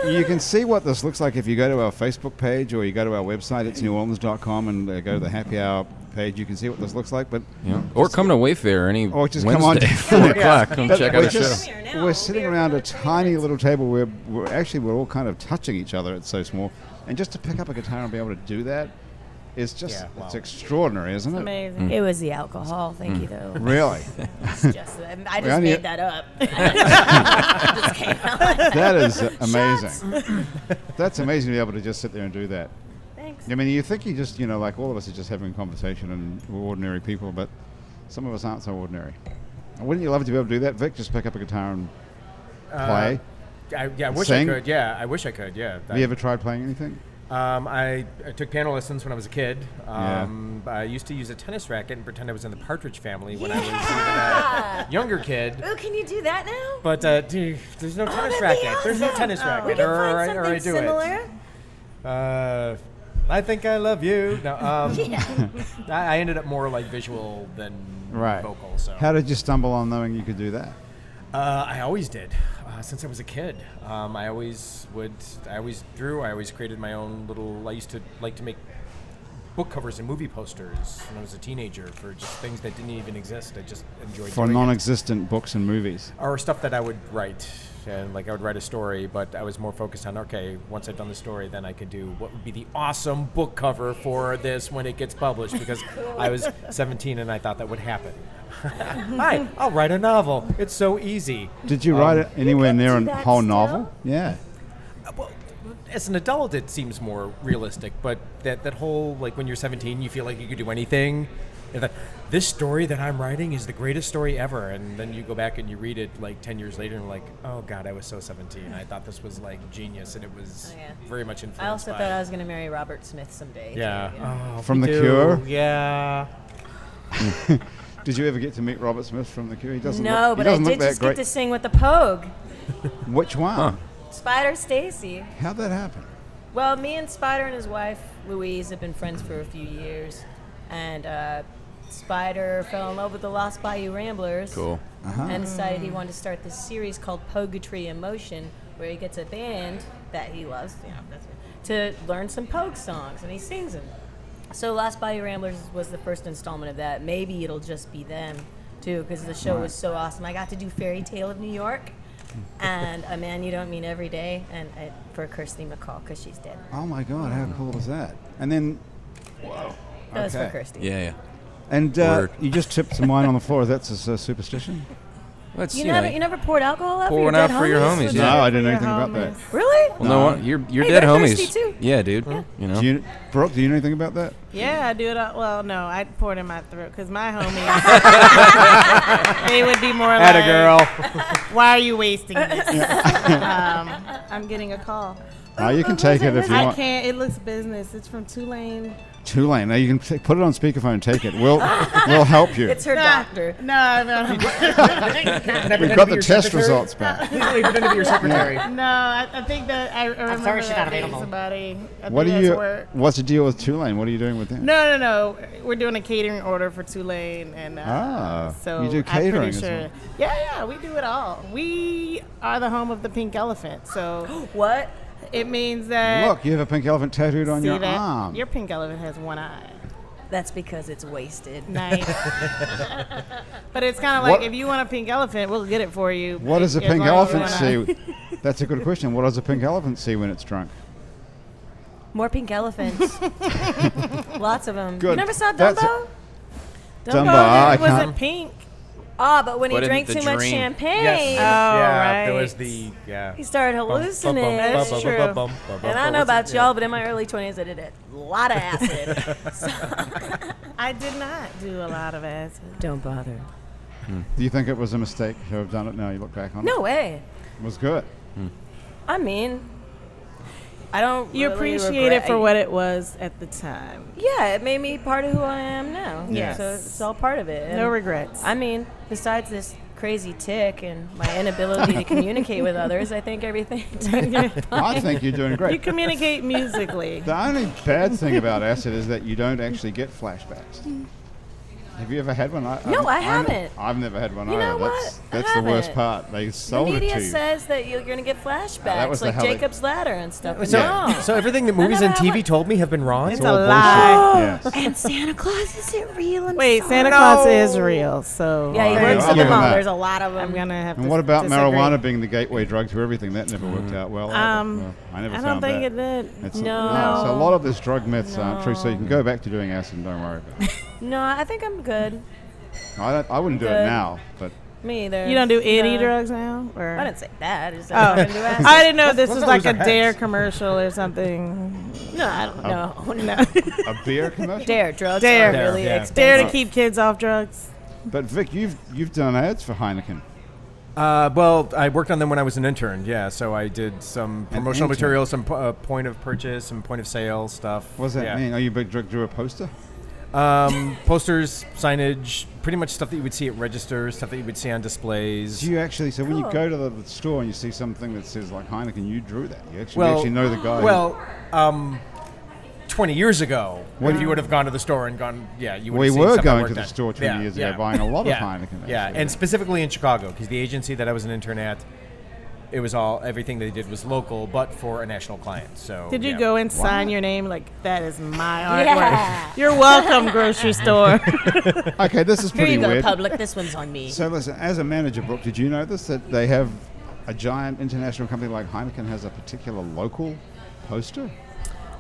S1: you can see what this looks like if you go to our Facebook page or you go to our website, it's neworleans.com, and uh, go to the happy hour page. You can see what this looks like. But
S2: Yeah. Or come to Wayfair any
S1: Or Oh, just come on
S2: Wednesday,
S1: down.
S2: four o'clock. Come
S1: But
S2: check
S1: we're
S2: out a
S1: just-
S2: show.
S3: Come here now.
S1: We're
S3: We'll
S1: sitting
S3: be here
S1: around
S3: for
S1: a
S3: twenty
S1: tiny
S3: minutes.
S1: little table where we're actually we're all kind of touching each other. It's so small, and just to pick up a guitar and be able to do that is just
S5: Yeah, wow.
S1: it's extraordinary, isn't it?
S4: Amazing.
S3: It was the alcohol. Thank you, though.
S1: Really,
S3: It's just, I I just
S1: only-
S3: made that up. Just came out.
S1: that is amazing. That's amazing to be able to just sit there and do that.
S3: Thanks.
S1: I mean, you think you just you know like all of us are just having a conversation and we're ordinary people, but some of us aren't so ordinary. And Wouldn't you love to be able to do that, Vic? Just pick up a guitar and play.
S5: I, yeah, I wish
S1: Sing?
S5: I could. Yeah, I wish I could. Yeah.
S1: Have you ever tried playing anything?
S5: Um, I, I took piano lessons when I was a kid.
S1: Yeah.
S5: Um, I used to use a tennis racket and pretend I was in the Partridge Family when I was even a younger kid.
S3: Oh, can you do that now?
S5: But uh, dude, there's no tennis
S3: Oh, that'd be
S5: racket. There's no
S3: awesome. Oh,
S5: tennis racket.
S3: We can
S5: or,
S3: find
S5: I- or
S3: something
S5: I do
S3: similar.
S5: it. Uh, I think I love you. No, um,
S3: Yeah.
S5: I, I ended up more like visual than
S1: Right.
S5: vocal. So
S1: How did you stumble on knowing you could do that?
S5: Uh, I always did. Uh, since I was a kid, um, I always would. I always drew. I always created my own little. I used to like to make book covers and movie posters when I was a teenager for just things that didn't even exist. I just enjoyed
S1: For
S5: doing it.
S1: non-existent books and movies.
S5: or stuff that I would write. And like I would write a story, but I was more focused on okay. Once I've done the story, then I could do what would be the awesome book cover for this when it gets published. Because I was 17 and I thought that would happen. Hi, I'll write a novel. It's so easy.
S1: Did you write it anywhere
S3: can
S1: near
S3: do
S1: a
S3: that
S1: whole
S3: still?
S1: novel? Yeah.
S5: Well, as an adult, it seems more realistic, but that, that whole, like, when you're 17, you feel like you could do anything. And that, this story that I'm writing is the greatest story ever. And then you go back and you read it, like, 10 years later, and you're like, oh, God, I was so 17. I thought this was, like, genius, and it was
S3: Oh, yeah.
S5: very much influenced
S3: I also
S5: by
S3: thought I was going to marry Robert Smith someday. too,
S5: Yeah.
S3: you know?
S5: Oh,
S1: From
S5: me
S1: The Cure?
S5: Yeah.
S1: Did you ever get to meet Robert Smith from The Cure? He doesn't. look,
S3: No,
S1: he
S3: but I
S1: doesn't
S3: did
S1: Oh. look that
S3: just
S1: great.
S3: get to sing with the Pogue,
S1: Which one?
S3: Spider Stacy.
S1: How'd that happen?
S3: Well, me and Spider and his wife Louise have been friends for a few years, and uh, Spider fell in love with the Lost Bayou Ramblers.
S2: Cool.
S3: And decided he wanted to start this series called Pogetry in Motion, where he gets a band that he loves, you know, that's to learn some Pogue songs, and he sings them. So Lost Bayou Ramblers was the first installment of that. Maybe it'll just be them too, because the show was so awesome. I got to do Fairy Tale of New York. and a man you don't mean every day, and uh, for Kirsty McCall because she's dead.
S1: Oh my God! How cool was that? And then, whoa.
S3: That was for
S1: Okay.
S3: Kirsty.
S2: Yeah, yeah.
S1: And uh,
S2: Word.
S1: you just tipped some wine on the floor. That's a s- uh, superstition.
S2: Let's
S3: You
S2: you
S3: never,
S2: know,
S3: you never poured alcohol out
S2: Pour
S3: for your
S2: one out
S3: dead
S2: for your homies,
S1: No,
S2: Yeah.
S1: I didn't know anything about that.
S3: Really?
S2: Well, no, one- you're you're
S3: Hey,
S2: dead
S3: they're
S2: homies.
S3: thirsty too.
S2: Yeah, dude. You know.
S1: Do you, Brooke, do you know anything about that?
S4: Yeah, I do it. All, well, no, I pour it in my throat because my homies, they would be more
S5: At
S4: like,
S5: a girl.
S4: why are you wasting this? um, I'm getting a call.
S1: Ah, you can take it if you
S4: I
S1: want.
S4: can't. It looks business. It's from Tulane.
S1: Tulane. Now you can t- put it on speakerphone. and Take it. We'll we'll help you.
S3: It's her doctor.
S4: No, no,
S5: Can I
S1: We've
S5: pretend
S1: got
S5: to be
S1: the
S5: your
S1: test
S5: secretary?
S1: results back.
S5: Please let me pretend to be your secretary.
S4: no. I, I think that I I remember
S6: sorry she's
S4: that
S6: not
S4: being
S6: available.
S4: Somebody. I
S1: What
S4: think
S1: do
S4: that's
S1: you?
S4: where-
S1: What's the deal with Tulane? What are you doing with them?
S4: No, no, no. We're doing a catering order for Tulane, and uh,
S1: Ah,
S4: so
S1: you do
S4: I'm
S1: catering
S4: pretty
S1: as
S4: sure.
S1: well.
S4: Yeah, yeah, we do it all. We are the home of the pink elephant, so
S3: What?
S4: it means that
S1: Look, you have a pink elephant tattooed on
S4: see
S1: your
S4: that
S1: arm.
S4: your pink elephant has one eye.
S3: That's because it's wasted.
S4: Nice. but it's kind of
S1: What-
S4: like if you want a pink elephant, we'll get it for you.
S1: What does a
S4: As
S1: pink
S4: long as you
S1: elephant
S4: want
S1: see? That's a good question. What does a pink elephant see when it's drunk?
S3: More pink elephants. Lots of them.
S1: Good.
S3: You never saw
S1: That's-
S3: Dumbo?
S4: a-
S1: Dumbo,
S4: Dumbo
S1: I
S4: was
S1: can't-
S4: it pink?
S3: Ah, but when
S2: But
S3: he
S2: in
S3: drank
S2: the
S3: too much
S2: dream. Uh,
S3: champagne,
S5: Yes.
S4: Oh,
S5: yeah, there
S4: right.
S5: was the yeah.
S3: he started hallucinating.
S4: That's true.
S3: And I don't know about y'all, but in my early 20s, I did a lot of acid.
S4: I did not do a lot of acid.
S3: don't bother.
S1: Do you think it was a mistake to have done it? Now you look back on it.
S3: No way.
S1: it was good.
S3: I mean, I don't.
S4: You
S3: really
S4: appreciate it
S3: regret-
S4: for what it was at the time.
S3: Yeah, it made me part of who I am now.
S4: Yes.
S3: So it's all part of it.
S4: No
S3: And
S4: regrets.
S3: I mean, besides this crazy tick and my inability to communicate with others, I think everything turned out
S1: I think you're doing
S4: You
S1: great.
S4: communicate musically.
S1: The only bad thing about acid is that you don't actually get flashbacks. Have you ever had one? I,
S3: No,
S1: I'm-
S3: I
S1: I'm-
S3: haven't.
S1: I've never had one
S3: You
S1: either.
S3: know what?
S1: That's,
S3: I
S1: that's the worst
S3: haven't.
S1: part. They
S3: The
S1: sold it
S3: media
S1: to you.
S3: says that you're going to get flashbacks,
S1: that was the
S3: like
S1: hell they-
S3: Jacob's Ladder and stuff.
S5: So,
S1: Yeah.
S3: No.
S5: so everything that
S3: I
S5: movies and
S3: never had
S5: TV
S3: one.
S5: told me have been wrong.
S4: It's
S5: Well,
S4: a lie.
S1: yes.
S3: and Santa Claus isn't real. I'm
S4: Wait,
S3: sorry.
S4: Santa Claus is real, so
S3: Yeah, he
S1: Hey,
S3: works
S1: I'll
S3: at the
S1: give him
S3: mall.
S1: that.
S3: There's a lot of them.
S4: I'm gonna have.
S1: And
S4: to
S1: what about
S4: disagree.
S1: marijuana being the gateway drug to everything? That never worked out well. either.
S4: Um,
S1: No, I never
S4: I don't
S1: found
S4: think
S1: that.
S4: it did.
S1: It's
S3: No.
S1: So a lot of this drug myths aren't true. So you
S3: No.
S1: can go back to doing acid and don't worry about it.
S3: No, I think I'm good.
S1: I, don't, I wouldn't do it
S3: Good.
S1: now, but
S3: Me either.
S4: You don't do any
S3: No.
S4: drugs now, or
S3: I didn't say that. I just said
S4: Oh,
S3: I don't do acid.
S4: I didn't know this
S5: let's
S4: was
S5: not
S4: like
S5: lose
S4: a
S5: our
S4: dare
S5: heads.
S4: commercial or something.
S3: no, I don't
S1: Oh.
S3: know. No.
S1: a beer commercial.
S3: Dare drugs
S4: Oh. Dare.
S3: are really
S5: Dare,
S4: Dare
S5: yeah.
S3: expensive.
S4: to keep kids off drugs.
S1: But Vic, you've you've done ads for Heineken.
S5: Uh, well, I worked on them when I was an intern. Yeah, so I did some promotional
S1: intern.
S5: material, some po- uh, point of purchase, some point of sale stuff.
S1: What does that
S5: yeah.
S1: mean? Are you a big drug drew a poster?
S5: Um, posters, signage, pretty much stuff that you would see at registers, stuff that you would see on displays.
S1: Do you actually? So when you
S3: Cool.
S1: go to the, the store and you see something that says like Heineken, you drew that. You actually,
S5: well,
S1: you actually know the guy. who-
S5: Well, um, 20 years ago,
S1: Well,
S5: if you would have gone to the store and gone, yeah, you would
S1: we
S5: have seen
S1: were
S5: stuff I
S1: going
S5: worked
S1: to the
S5: on.
S1: store 20
S5: Yeah,
S1: years ago
S5: yeah.
S1: buying a lot
S5: yeah.
S1: of Heineken.
S5: Yeah,
S1: actually.
S5: and specifically in Chicago, because the agency that I was an intern at, it was all everything they did was local, but for a national client. So
S4: Did you
S5: yeah.
S4: go and sign your name like that is my artwork?
S3: Yeah.
S4: You're welcome, grocery store.
S1: okay, this is
S3: Here
S1: pretty
S3: you go,
S1: weird.
S3: public. This one's on me.
S1: So listen, as a manager, Brooke, did you know this that they have a giant international company like Heineken has a particular local poster?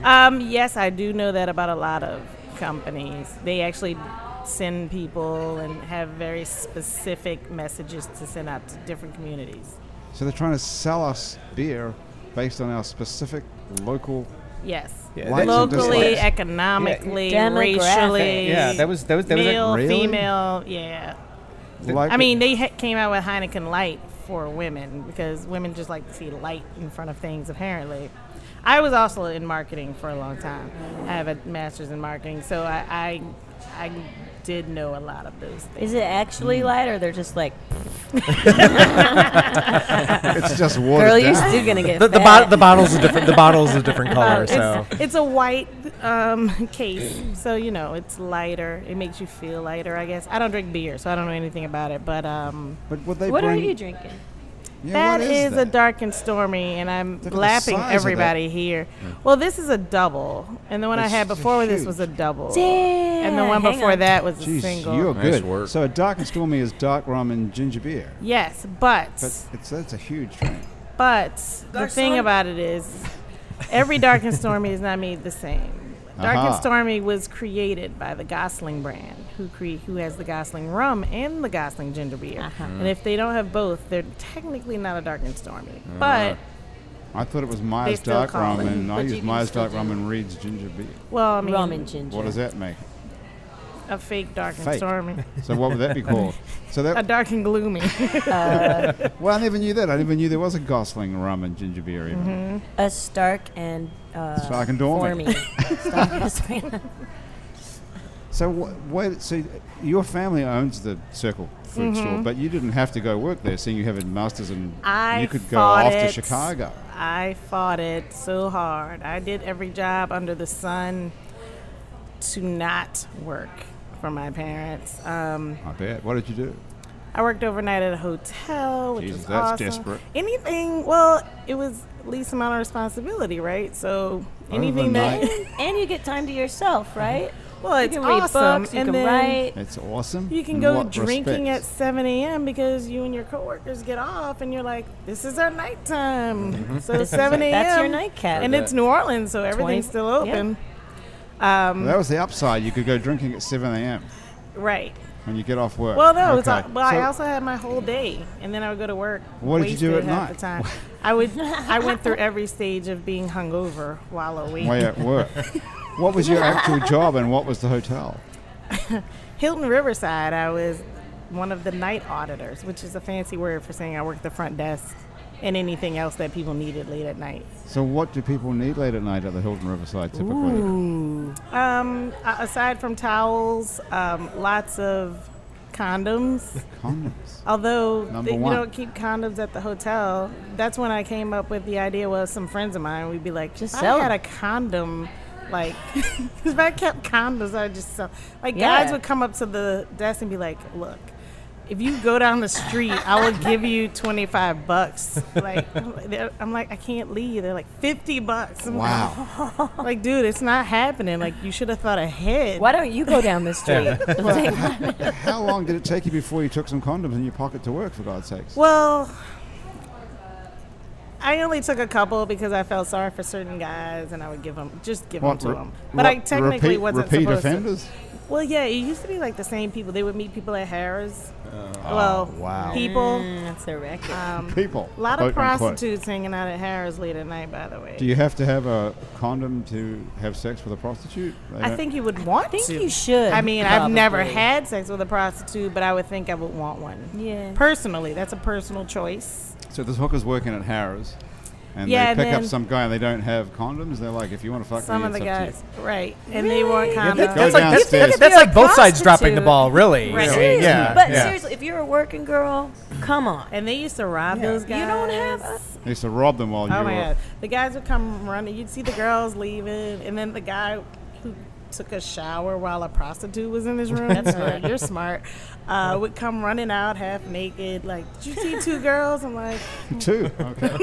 S4: um, yes, I do know that about a lot of companies. They actually send people and have very specific messages to send out to different communities.
S1: So they're trying to sell us beer based on our specific local.
S4: Yes.
S5: Yeah,
S1: Likes and
S4: Locally,
S1: dislikes.
S4: economically,
S3: Yeah.
S4: racially.
S5: Yeah, that was that was that was
S4: male,
S5: a,
S1: Really?
S4: female. Yeah.
S1: Like
S4: I mean, they ha- came out with Heineken Light for women because women just like to see light in front of things, apparently. I was also in marketing for a long time. I have a master's in marketing, so I, I, I did know a lot of those things.
S3: Is it
S1: Hmm.
S3: actually light, or they're just like,
S1: it's just watered
S3: girl, you're
S1: down.
S3: still gonna get
S5: the, the, bo-
S3: fat.
S5: the bottles are different. The bottles are different
S4: Uh,
S5: color.
S4: it's,
S5: So
S4: it's a white um, case, so you know it's lighter. It makes you feel lighter, I guess. I don't drink beer, so I don't know anything about it. But um,
S1: but would they
S3: What are
S1: bring,
S3: you drinking?
S1: Yeah,
S4: That
S1: what
S4: is
S1: that?
S4: a dark and stormy, and I'm
S1: at the
S4: lapping
S1: size of
S4: everybody here. Well, this is a double, and the one
S1: That's
S4: I had
S1: just
S4: before this was a
S1: huge.
S4: double,
S3: Damn.
S4: and the one
S3: hang
S4: before
S3: on.
S4: that was a
S1: Jeez,
S4: single.
S1: you're
S2: Nice
S1: good.
S2: work.
S1: So a dark and stormy is dark rum and ginger beer.
S4: yes, but
S1: But it's that's a huge drink.
S4: but the
S5: Dark
S4: thing
S5: Storm?
S4: about it is, every dark and stormy is not made the same. Dark and
S1: Aha.
S4: stormy was created by the Gosling brand, who cre- who has the Gosling rum and the Gosling ginger beer.
S3: Uh-huh.
S1: Mm.
S4: And if they don't have both, they're technically not a dark and stormy.
S1: Uh-huh.
S4: But
S1: I thought it was Myers
S4: still
S1: dark
S4: call
S1: rum,
S4: it-
S1: and I
S3: but you
S1: use
S3: can
S1: Myers
S3: still
S1: dark
S3: do
S1: rum
S3: it.
S1: and Reed's ginger beer.
S4: well, I mean,
S3: Rum and ginger.
S1: What does that make?
S4: a fake dark
S1: Fake.
S4: and stormy.
S1: So what would that be called? So
S4: a
S1: that
S4: dark and gloomy.
S1: well, I never knew that. I never knew there was a Gosling rum and ginger beer. Even.
S4: Mm-hmm.
S3: A Stark and uh,
S1: Stark and Dormy.
S3: Formy. Stark and Dormy.
S1: So wh- wait, so your family owns the Circle Food Store, but you didn't have to go work there, seeing you have a masters and
S4: Mm-hmm. I
S1: you could go
S4: fought
S1: off to
S4: it.
S1: Chicago.
S4: I fought it so hard. I did every job under the sun to not work for my parents. Um,
S1: I bet. What did you do?
S4: I worked overnight at a hotel, which
S1: Jesus,
S4: was
S1: that's
S4: awesome.
S1: desperate.
S4: Anything? Well, it was least amount of responsibility, right? So anything that
S1: Overnight.
S3: and you get time to yourself, right?
S4: well,
S3: you
S4: it's
S3: can read
S4: awesome,
S3: books. You
S4: and
S3: can
S4: then
S3: write.
S1: It's awesome.
S4: You can
S1: In
S4: go
S1: what
S4: drinking
S1: respect?
S4: at 7 a.m. because you and your coworkers get off and you're like, this is our nighttime.
S1: Mm-hmm.
S4: So 7 a.m.
S3: That's your nightcap.
S4: And
S2: Heard
S4: it's
S2: that.
S4: New Orleans, so everything's still
S3: yeah.
S4: open. Um,
S1: That was the upside. You could go drinking at 7 a.m.
S4: right.
S1: when you get off work.
S4: Well, no, it's all,
S1: Okay.
S4: well, I
S1: So-
S4: also had my whole day, and then I would go to work.
S1: What did you do
S4: wasted
S1: at
S4: half
S1: night?
S4: The time. I would. I went through every stage of being hungover while awake.
S1: way at work. what was your actual job and what was the hotel?
S4: Hilton Riverside, I was one of the night auditors, which is a fancy word for saying I worked the front desk and anything else that people needed late at night.
S1: So, what do people need late at night at the Hilton Riverside typically?
S4: Um, a- aside from towels, um, lots of condoms.
S1: Condoms.
S4: Although
S1: Number
S4: they, you
S1: one.
S4: don't keep condoms at the hotel, that's when I came up with the idea. Was some friends of mine, we'd be like,
S3: Just
S4: "I
S3: sell
S4: had a
S3: 'em."
S4: condom Like, because back kept condos are just so. Like,
S3: Yeah.
S4: guys would come up to the desk and be like, look, if you go down the street, I will give you 25 bucks. Like, I'm like- they're- I'm like, I can't leave. They're like, 50 bucks. I'm like-
S1: Wow.
S4: Like, dude, it's not happening. Like, you should have thought ahead.
S3: Why don't you go down the street?
S1: How long did it take you before you took some condoms in your pocket to work, for God's sakes?
S4: Well, I only took a couple because I felt sorry for certain guys, and I would give them just give them to
S1: re-
S4: them. But
S1: re-
S4: I technically
S1: repeat,
S4: wasn't
S1: repeat
S4: supposed
S1: offenders.
S4: to. Well, yeah, it used to be like the same people. They would meet people at Harris. well,
S1: Oh, wow.
S4: people.
S3: That's a record.
S1: People.
S4: A Um, lot of
S1: quote, unquote.
S4: prostitutes hanging out at Harris late at night. By the way,
S1: Do you have to have a condom to have sex with a prostitute? They
S4: I
S1: don't-
S4: think you would want
S3: think
S4: to.
S3: you should,
S4: I mean, I've never
S3: probably.
S4: had sex with a prostitute, but I would think I would want one.
S3: Yeah.
S4: Personally, that's a personal choice.
S1: so. There's hookers working at Harrods, and
S4: Yeah,
S1: they pick up
S4: then-
S1: some guy and they don't have condoms. They're like, if you want to fuck
S4: Some
S1: me,
S4: of the
S1: it's up to you.
S4: guys, right? And they want
S1: You have
S4: condoms.
S1: to go
S5: That's like, that's,
S1: downstairs.
S5: that's like both sides
S3: prostitute.
S5: dropping the ball, really.
S4: Right.
S5: I mean,
S3: Seriously,
S5: yeah,
S3: but
S5: yeah.
S3: seriously, if you're a working girl, come on.
S4: And they used to rob those
S3: You
S4: guys.
S3: don't have a-
S1: They used to rob them while
S4: Oh
S1: you
S4: my
S1: were.
S4: god! The guys would come running. You'd see the girls leaving, and then the guy who took a shower while a prostitute was in his room. That's right. You're smart. Uh, would come running out half naked. Like, did you see two girls? I'm like,
S1: Two. Okay.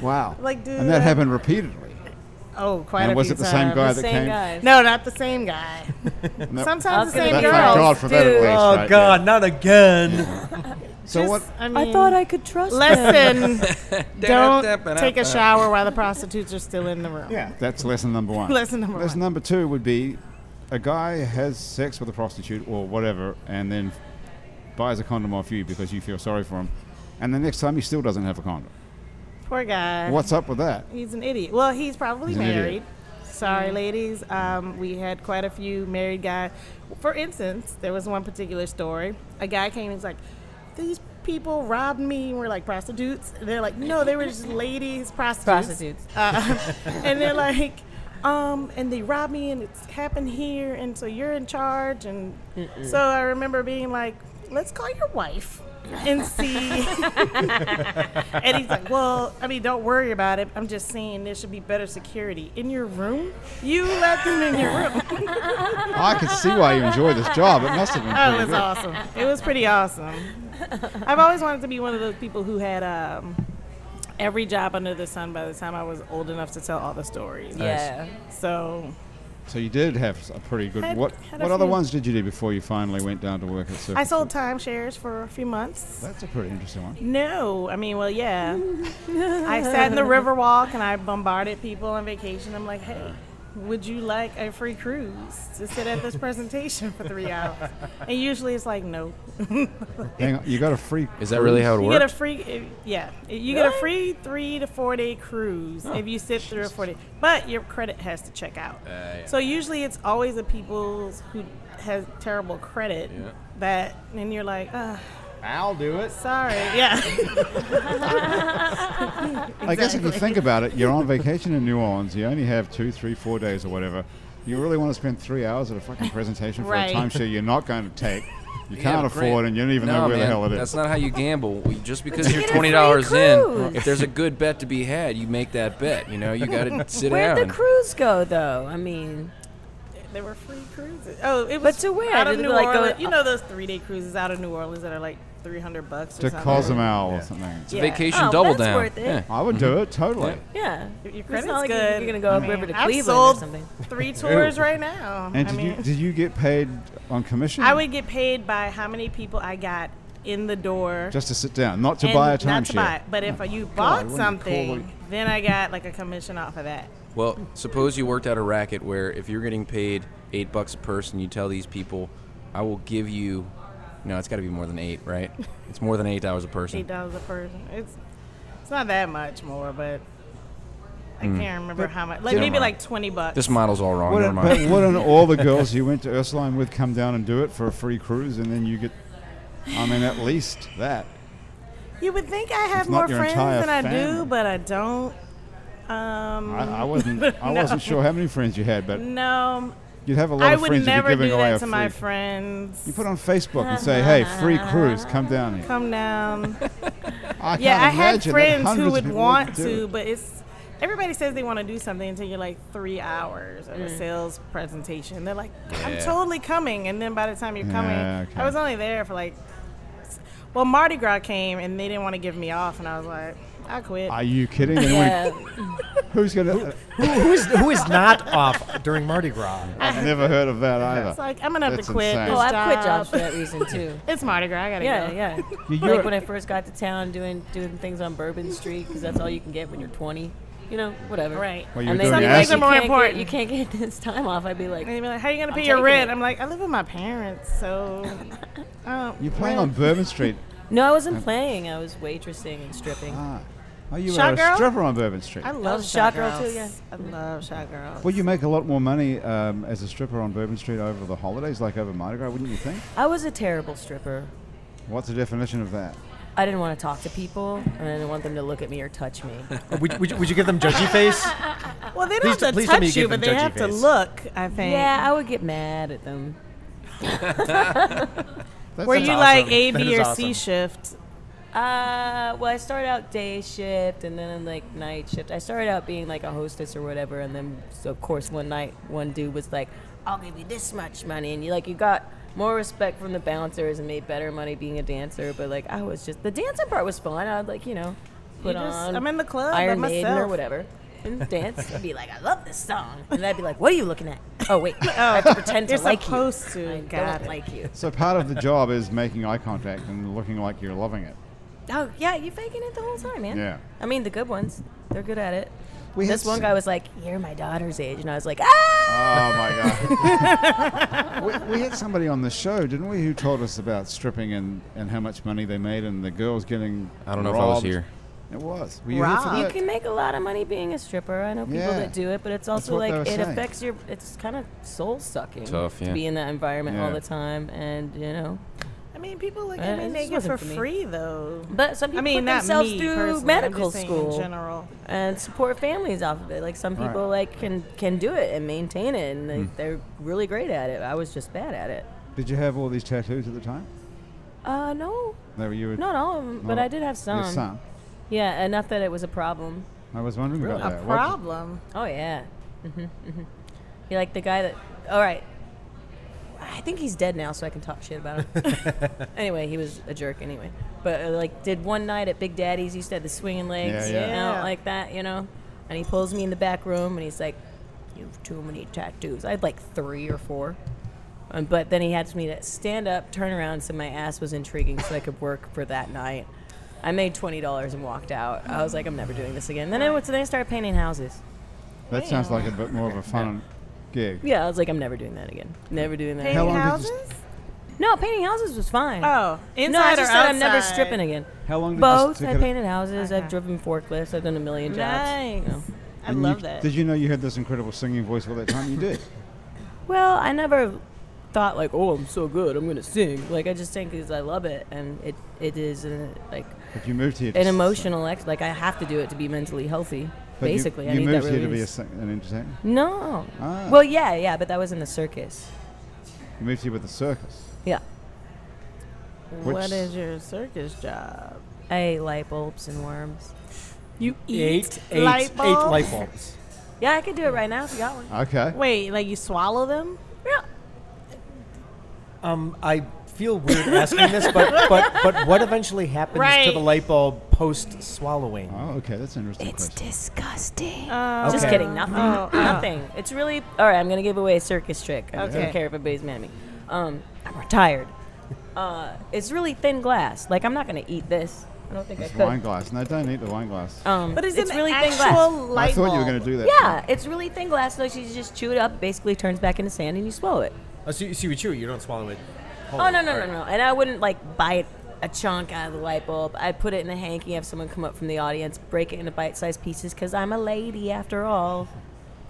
S1: wow.
S4: Like, dude, uh,
S1: And that
S4: I-
S1: happened repeatedly.
S4: oh, quite a
S1: and was
S4: few
S1: it the same
S4: times.
S1: guy
S3: the
S1: that
S3: same
S1: came?
S3: guys.
S4: No, not the same guy.
S1: and that-
S4: Sometimes the
S3: Okay.
S1: That,
S4: same
S3: That's
S4: girls.
S1: thank God for that at
S3: dude.
S1: least.
S5: Oh
S1: right?
S5: God, not again.
S1: Yeah. So what?
S4: Just- I, mean,
S3: I thought I could trust them.
S4: Lesson: Don't take a shower while the prostitutes are still in the room.
S5: yeah.
S1: That's lesson number one.
S4: Lesson number
S1: Lesson
S4: one.
S1: number two would be a guy has sex with a prostitute or whatever and then buys a condom off you because you feel sorry for him. And the next time he still doesn't have a condom.
S4: Poor guy.
S1: What's up with that?
S4: He's an idiot. Well, he's probably
S1: He's an idiot.
S4: married. Sorry, ladies. Um, we had quite a few married guys. For instance, there was one particular story. A guy came and was like, These people robbed me and were like prostitutes. And they're like, No, they were just ladies, prostitutes.
S3: Prostitutes.
S4: Uh, and they're like, um, and they robbed me, and it's happened here, and so you're in charge. And so I remember being like, let's call your wife and see. and he's like, well, I mean, don't worry about it. I'm just saying there should be better security in your room. You let them in your room.
S1: I can see why you enjoy this job. It must have been pretty
S4: Oh, it was
S1: good.
S4: awesome. It was pretty awesome. I've always wanted to be one of those people who had um, every job under the sun by the time I was old enough to tell all the stories.
S3: Yeah.
S4: So
S1: So you did have a pretty good.
S4: Had-
S1: what
S4: had a
S1: what other
S4: few.
S1: ones did you do before you finally went down to work at Circus?
S4: I sold timeshares for a few months.
S1: That's a pretty interesting one.
S4: No, I mean, well, yeah. I sat in the Riverwalk and I bombarded people on vacation. I'm like, hey, would you like a free cruise to sit at this presentation for three hours? And usually it's like, no.
S1: Hang on, you got a free.
S2: Is that really how it
S4: You get a
S2: works?
S4: free, eh, yeah, you get a free three to four day cruise if you sit through a four day. But your credit has to check out.
S2: Uh, yeah.
S4: So usually it's always the people who has terrible credit
S2: Yeah.
S4: that, and you're like, ah,
S5: I'll do it.
S4: sorry, yeah.
S1: I guess if you think about it, you're on vacation in New Orleans. You only have two, three, four days or whatever. You really want to spend three hours at a fucking presentation for
S4: Right.
S1: a timeshare you're not going to take. You
S2: Yeah,
S1: can't
S2: but
S1: afford,
S2: Grant-
S1: and you don't even
S2: no,
S1: know where the
S2: man,
S1: hell it is.
S2: That's not how you gamble. We- Just because you're
S3: get a free
S2: twenty dollars in,
S3: cruise.
S2: if there's a good bet to be had, you make that bet. You know, you got to sit
S3: Where'd
S2: down.
S3: the cruise go, though? I mean,
S4: There were free cruises. Oh,
S3: But
S4: it was
S3: to where?
S4: out of
S3: Did it
S4: New
S3: like go-
S4: Orleans. you know those three day cruises out of New Orleans that are like three hundred bucks or
S1: to
S4: something.
S1: Cozumel or something.
S4: Yeah.
S2: Vacation
S3: Oh,
S2: double
S3: that's
S2: down.
S3: worth it.
S2: Yeah.
S1: I would do it totally.
S2: Yeah.
S3: yeah.
S4: Your
S3: It's
S4: credit's
S3: not like
S4: good.
S3: you're going to go up river to
S4: I've
S3: Cleveland
S4: sold
S3: or something.
S4: three tours right now.
S1: And
S4: I
S1: did
S4: mean,
S1: you did you get paid on commission?
S4: I would get paid by how many people I got in the door.
S1: just to sit down, not to
S4: and
S1: buy a timeshare.
S4: not to buy it. But if you bought
S1: wouldn't it be cool
S4: something,
S1: to-
S4: then I got like a commission off of that.
S2: Well, suppose you worked out a racket where if you're getting paid eight bucks a person, you tell these people, "I will give you." No, it's got to be more than eight, right? It's more than eight dollars a person.
S4: Eight dollars a person. It's it's not that much more, but I
S1: Mm.
S4: can't remember how much. Like
S2: Never
S4: maybe
S2: mind.
S4: like twenty bucks.
S2: This model's all wrong. Never
S1: Wouldn't, but
S2: mind.
S1: wouldn't all the girls you went to Ursuline with come down and do it for a free cruise, and then you get? I mean, at least that.
S4: You would think I have
S1: It's not
S4: more
S1: your
S4: friends
S1: entire
S4: than I
S1: family.
S4: do, but I don't. Um,
S1: I, I wasn't. I wasn't sure how many friends you had, but
S4: no,
S1: you'd have a lot
S4: I
S1: of
S4: would
S1: friends. if
S4: never
S1: you're giving
S4: do
S1: away a
S4: that to my
S1: free-
S4: friends.
S1: You put on Facebook and say, "Hey, free cruise, come down here."
S4: Come down.
S1: I
S4: yeah,
S1: can't
S4: I had
S1: imagine that
S4: friends
S1: hundreds
S4: who
S1: of
S4: would
S1: people
S4: want
S1: do
S4: to,
S1: it.
S4: but it's everybody says they want to do something until you're like three hours of
S6: Mm.
S4: a sales presentation. They're like, I'm
S2: Yeah.
S4: totally coming, and then by the time you're coming,
S1: Yeah, okay.
S4: I was only there for like. s- Well, Mardi Gras came and they didn't want to give me off, and I was like, I quit.
S1: Are you kidding? Anyone- Who's gonna?
S5: who is who is not off during Mardi Gras?
S1: I've never heard of that either.
S4: it's like I'm gonna have
S1: That's
S4: to quit.
S1: insane.
S4: this
S1: Oh,
S6: Oh, I've quit
S4: job.
S6: jobs for that reason too.
S4: It's Mardi Gras. I gotta
S3: Yeah,
S4: go.
S3: yeah.
S1: you're-
S3: like when I first got to town, doing doing things on Bourbon Street because that's all you can get when you're 20. You know, whatever.
S4: Right.
S1: Well, you were
S3: and
S1: doing
S3: they'd be
S1: acid. Things are
S3: you
S4: more
S3: can't get-
S4: important.
S3: you can't get this time off. I'd be like,
S4: And they'd be like, "How are you gonna
S3: I'm
S4: pay your
S3: taking
S4: rent?"
S3: it.
S4: I'm like, "I live with my parents, so." Oh,
S1: You're playing
S4: well.
S1: on Bourbon Street.
S3: no, I wasn't playing. I was waitressing and stripping.
S1: Ah. Oh, you
S4: Shot
S1: are a
S4: girl?
S1: stripper on Bourbon Street.
S4: I love
S3: was a
S4: shot
S3: shot girl,
S4: girls.
S3: too, yeah.
S4: I love shot girls.
S1: Well, you make a lot more money um, as a stripper on Bourbon Street over the holidays, like over Mardi Gras, wouldn't you think?
S3: I was a terrible stripper.
S1: What's the definition of that?
S3: I didn't want to talk to people, and I didn't want them to look at me or touch me.
S5: would, you- would you, would you give them judgy face?
S4: Well, they
S5: Please
S4: don't
S5: t-
S4: have to
S5: please tell me
S4: touch
S5: you
S4: you,
S5: gave
S4: but
S5: them
S4: they
S5: judgy
S4: have to
S5: face.
S4: look. I think.
S3: yeah, I would get mad at them.
S1: That's
S4: Were
S1: a-
S4: you
S5: awesome.
S4: like A,
S5: That
S4: B,
S5: is
S4: or
S5: awesome.
S4: C shift?
S3: Uh, well, I started out day shift and then like night shift. I started out being like a hostess or whatever, and then so of course one night one dude was like, "I'll give you this much money," and you like you got more respect from the bouncers and made better money being a dancer. But like I was just the dancing part was fun. I'd like you know put
S4: You just-
S3: on
S4: I'm in the club by
S3: Iron Maiden or
S4: myself.
S3: whatever. And dance and be like, I love this song, and I'd be like, What are you looking at? Oh wait, I have to pretend
S4: You're
S3: to like you.
S4: supposed to.
S3: I
S4: Got
S3: don't
S4: it.
S3: like you.
S1: So part of the job is making eye contact and looking like you're loving it.
S3: Oh yeah, you're faking it the whole time, man.
S1: Yeah.
S3: I mean, the good ones, they're good at it.
S1: We had
S3: this one
S1: s-
S3: guy was like, "You're my daughter's age," and I was like, "Ah!"
S1: Oh my god! we, we had somebody on the show, didn't we, who told us about stripping and, and how much money they made and the girls getting.
S2: I don't know if I was
S1: robbed.
S2: here.
S1: It was. Were you here for
S4: Robbed.
S1: that?
S4: You
S3: You can make a lot of money being a stripper. I know people
S1: Yeah.
S3: that do it, but it's also
S1: what
S3: like
S1: they were
S3: it
S1: saying.
S3: affects your. It's kind of soul sucking.
S2: Tough, yeah.
S3: To be in that environment all
S1: Yeah.
S3: the time, and you know,
S4: I mean, people look
S3: Uh,
S4: at me
S3: this
S4: naked
S3: wasn't
S4: for
S3: for me.
S4: free though.
S3: but some people
S4: I mean,
S3: put
S4: not
S3: themselves
S4: me personally,
S3: through
S4: I'm
S3: medical
S4: just saying in
S3: school
S4: general.
S3: and support families off of it. Like some
S1: Right. Hmm.
S3: people like can can do it and maintain it, and they, they're really great at it. I was just bad at it.
S1: Did you have all these tattoos at the time?
S3: Uh, no,
S1: They were you. were-
S3: not all of them, but
S1: No.
S3: I did have
S1: Your
S3: some.
S1: son.
S3: Yeah, enough that it was a problem.
S1: I was wondering about
S4: A
S1: that. What-
S4: problem.
S3: Oh yeah. Mm-hmm, hmm You're like the guy that. All right. I think he's dead now, so I can talk shit about him. anyway, he was a jerk anyway. But uh, like, did one night at Big Daddy's, used to have the swinging legs,
S1: Yeah, yeah.
S3: you know,
S4: Yeah.
S3: like that, you know. And he pulls me in the back room, and he's like, "You've too many tattoos." I had like three or four. Um, but then he had me to stand up, turn around, so my ass was intriguing, so I could work for that night. I made twenty dollars and walked out. I was like, I'm never doing this again. Then I went. So then I started painting houses.
S1: That sounds like a bit more of a fun gig.
S3: Yeah, I was like, I'm never doing that again. Never doing that.
S4: Painting
S1: How long did
S4: houses?
S1: this-
S3: No, painting houses was fine.
S4: Oh, inside
S3: no, I just
S4: or
S3: said I'm never
S4: outside?
S3: stripping again.
S1: How long did
S3: Both.
S1: this
S3: I
S1: take?
S3: painted houses.
S4: Okay.
S3: I've driven forklifts. I've done a million jobs.
S4: Nice.
S3: you know.
S4: I
S1: And
S4: love
S1: you,
S4: that.
S1: Did you know you had this incredible singing voice all that time? You did.
S3: Well, I never thought like, oh, I'm so good. I'm gonna sing. Like I just sing because I love it, and it it is an, like
S1: But you moved here. to
S3: an
S1: s-
S3: emotional ex. Like I have to do it to be mentally healthy.
S1: but you-
S3: basically,
S1: you,
S3: I need
S1: moved
S3: that
S1: here to be a,
S3: release.
S1: sing- an entertainer.
S3: no.
S1: Ah.
S3: Well, yeah, yeah, but that was in the circus.
S1: You moved here with the circus.
S3: Yeah,
S1: Which-
S4: what is your circus job?
S3: I ate light bulbs and worms.
S4: You
S5: Eight, eight,
S4: light
S5: eight
S4: bulbs?
S5: light bulbs.
S3: Yeah, I could do it right now if you got one.
S1: Okay.
S4: Wait, like you swallow them?
S3: Yeah.
S5: Um, I feel weird asking this, but, but but what eventually happens to
S4: Right.
S5: the light bulb post swallowing?
S1: Oh, okay. That's an interesting
S3: It's
S1: question.
S3: disgusting.
S4: Oh.
S3: Just
S5: Okay.
S3: kidding. Nothing.
S4: Oh, oh.
S3: nothing. It's really all right. I'm gonna give away a circus trick. I
S4: Okay.
S3: don't care if everybody's mad at me. Um, I'm retired. Uh, it's really thin glass. Like I'm not gonna eat this. I don't think
S1: It's
S3: I could.
S1: wine glass. No, don't eat the wine glass.
S3: Um,
S4: But is
S3: it's
S4: it
S3: really
S4: an
S3: thin
S4: actual
S3: glass.
S4: light
S1: I thought you were
S4: bulb?
S1: going to do that.
S3: Yeah, it's really thin glass. So you just chew it up. It basically turns back into sand, and you swallow it.
S5: Oh, so, you, so you chew it, you don't swallow it. whole.
S3: Oh no no
S5: All
S3: no
S5: right.
S3: no! And I wouldn't like bite a chunk out of the light bulb. I'd put it in a hanky, have someone come up from the audience, break it into bite-sized pieces, because I'm a lady after all.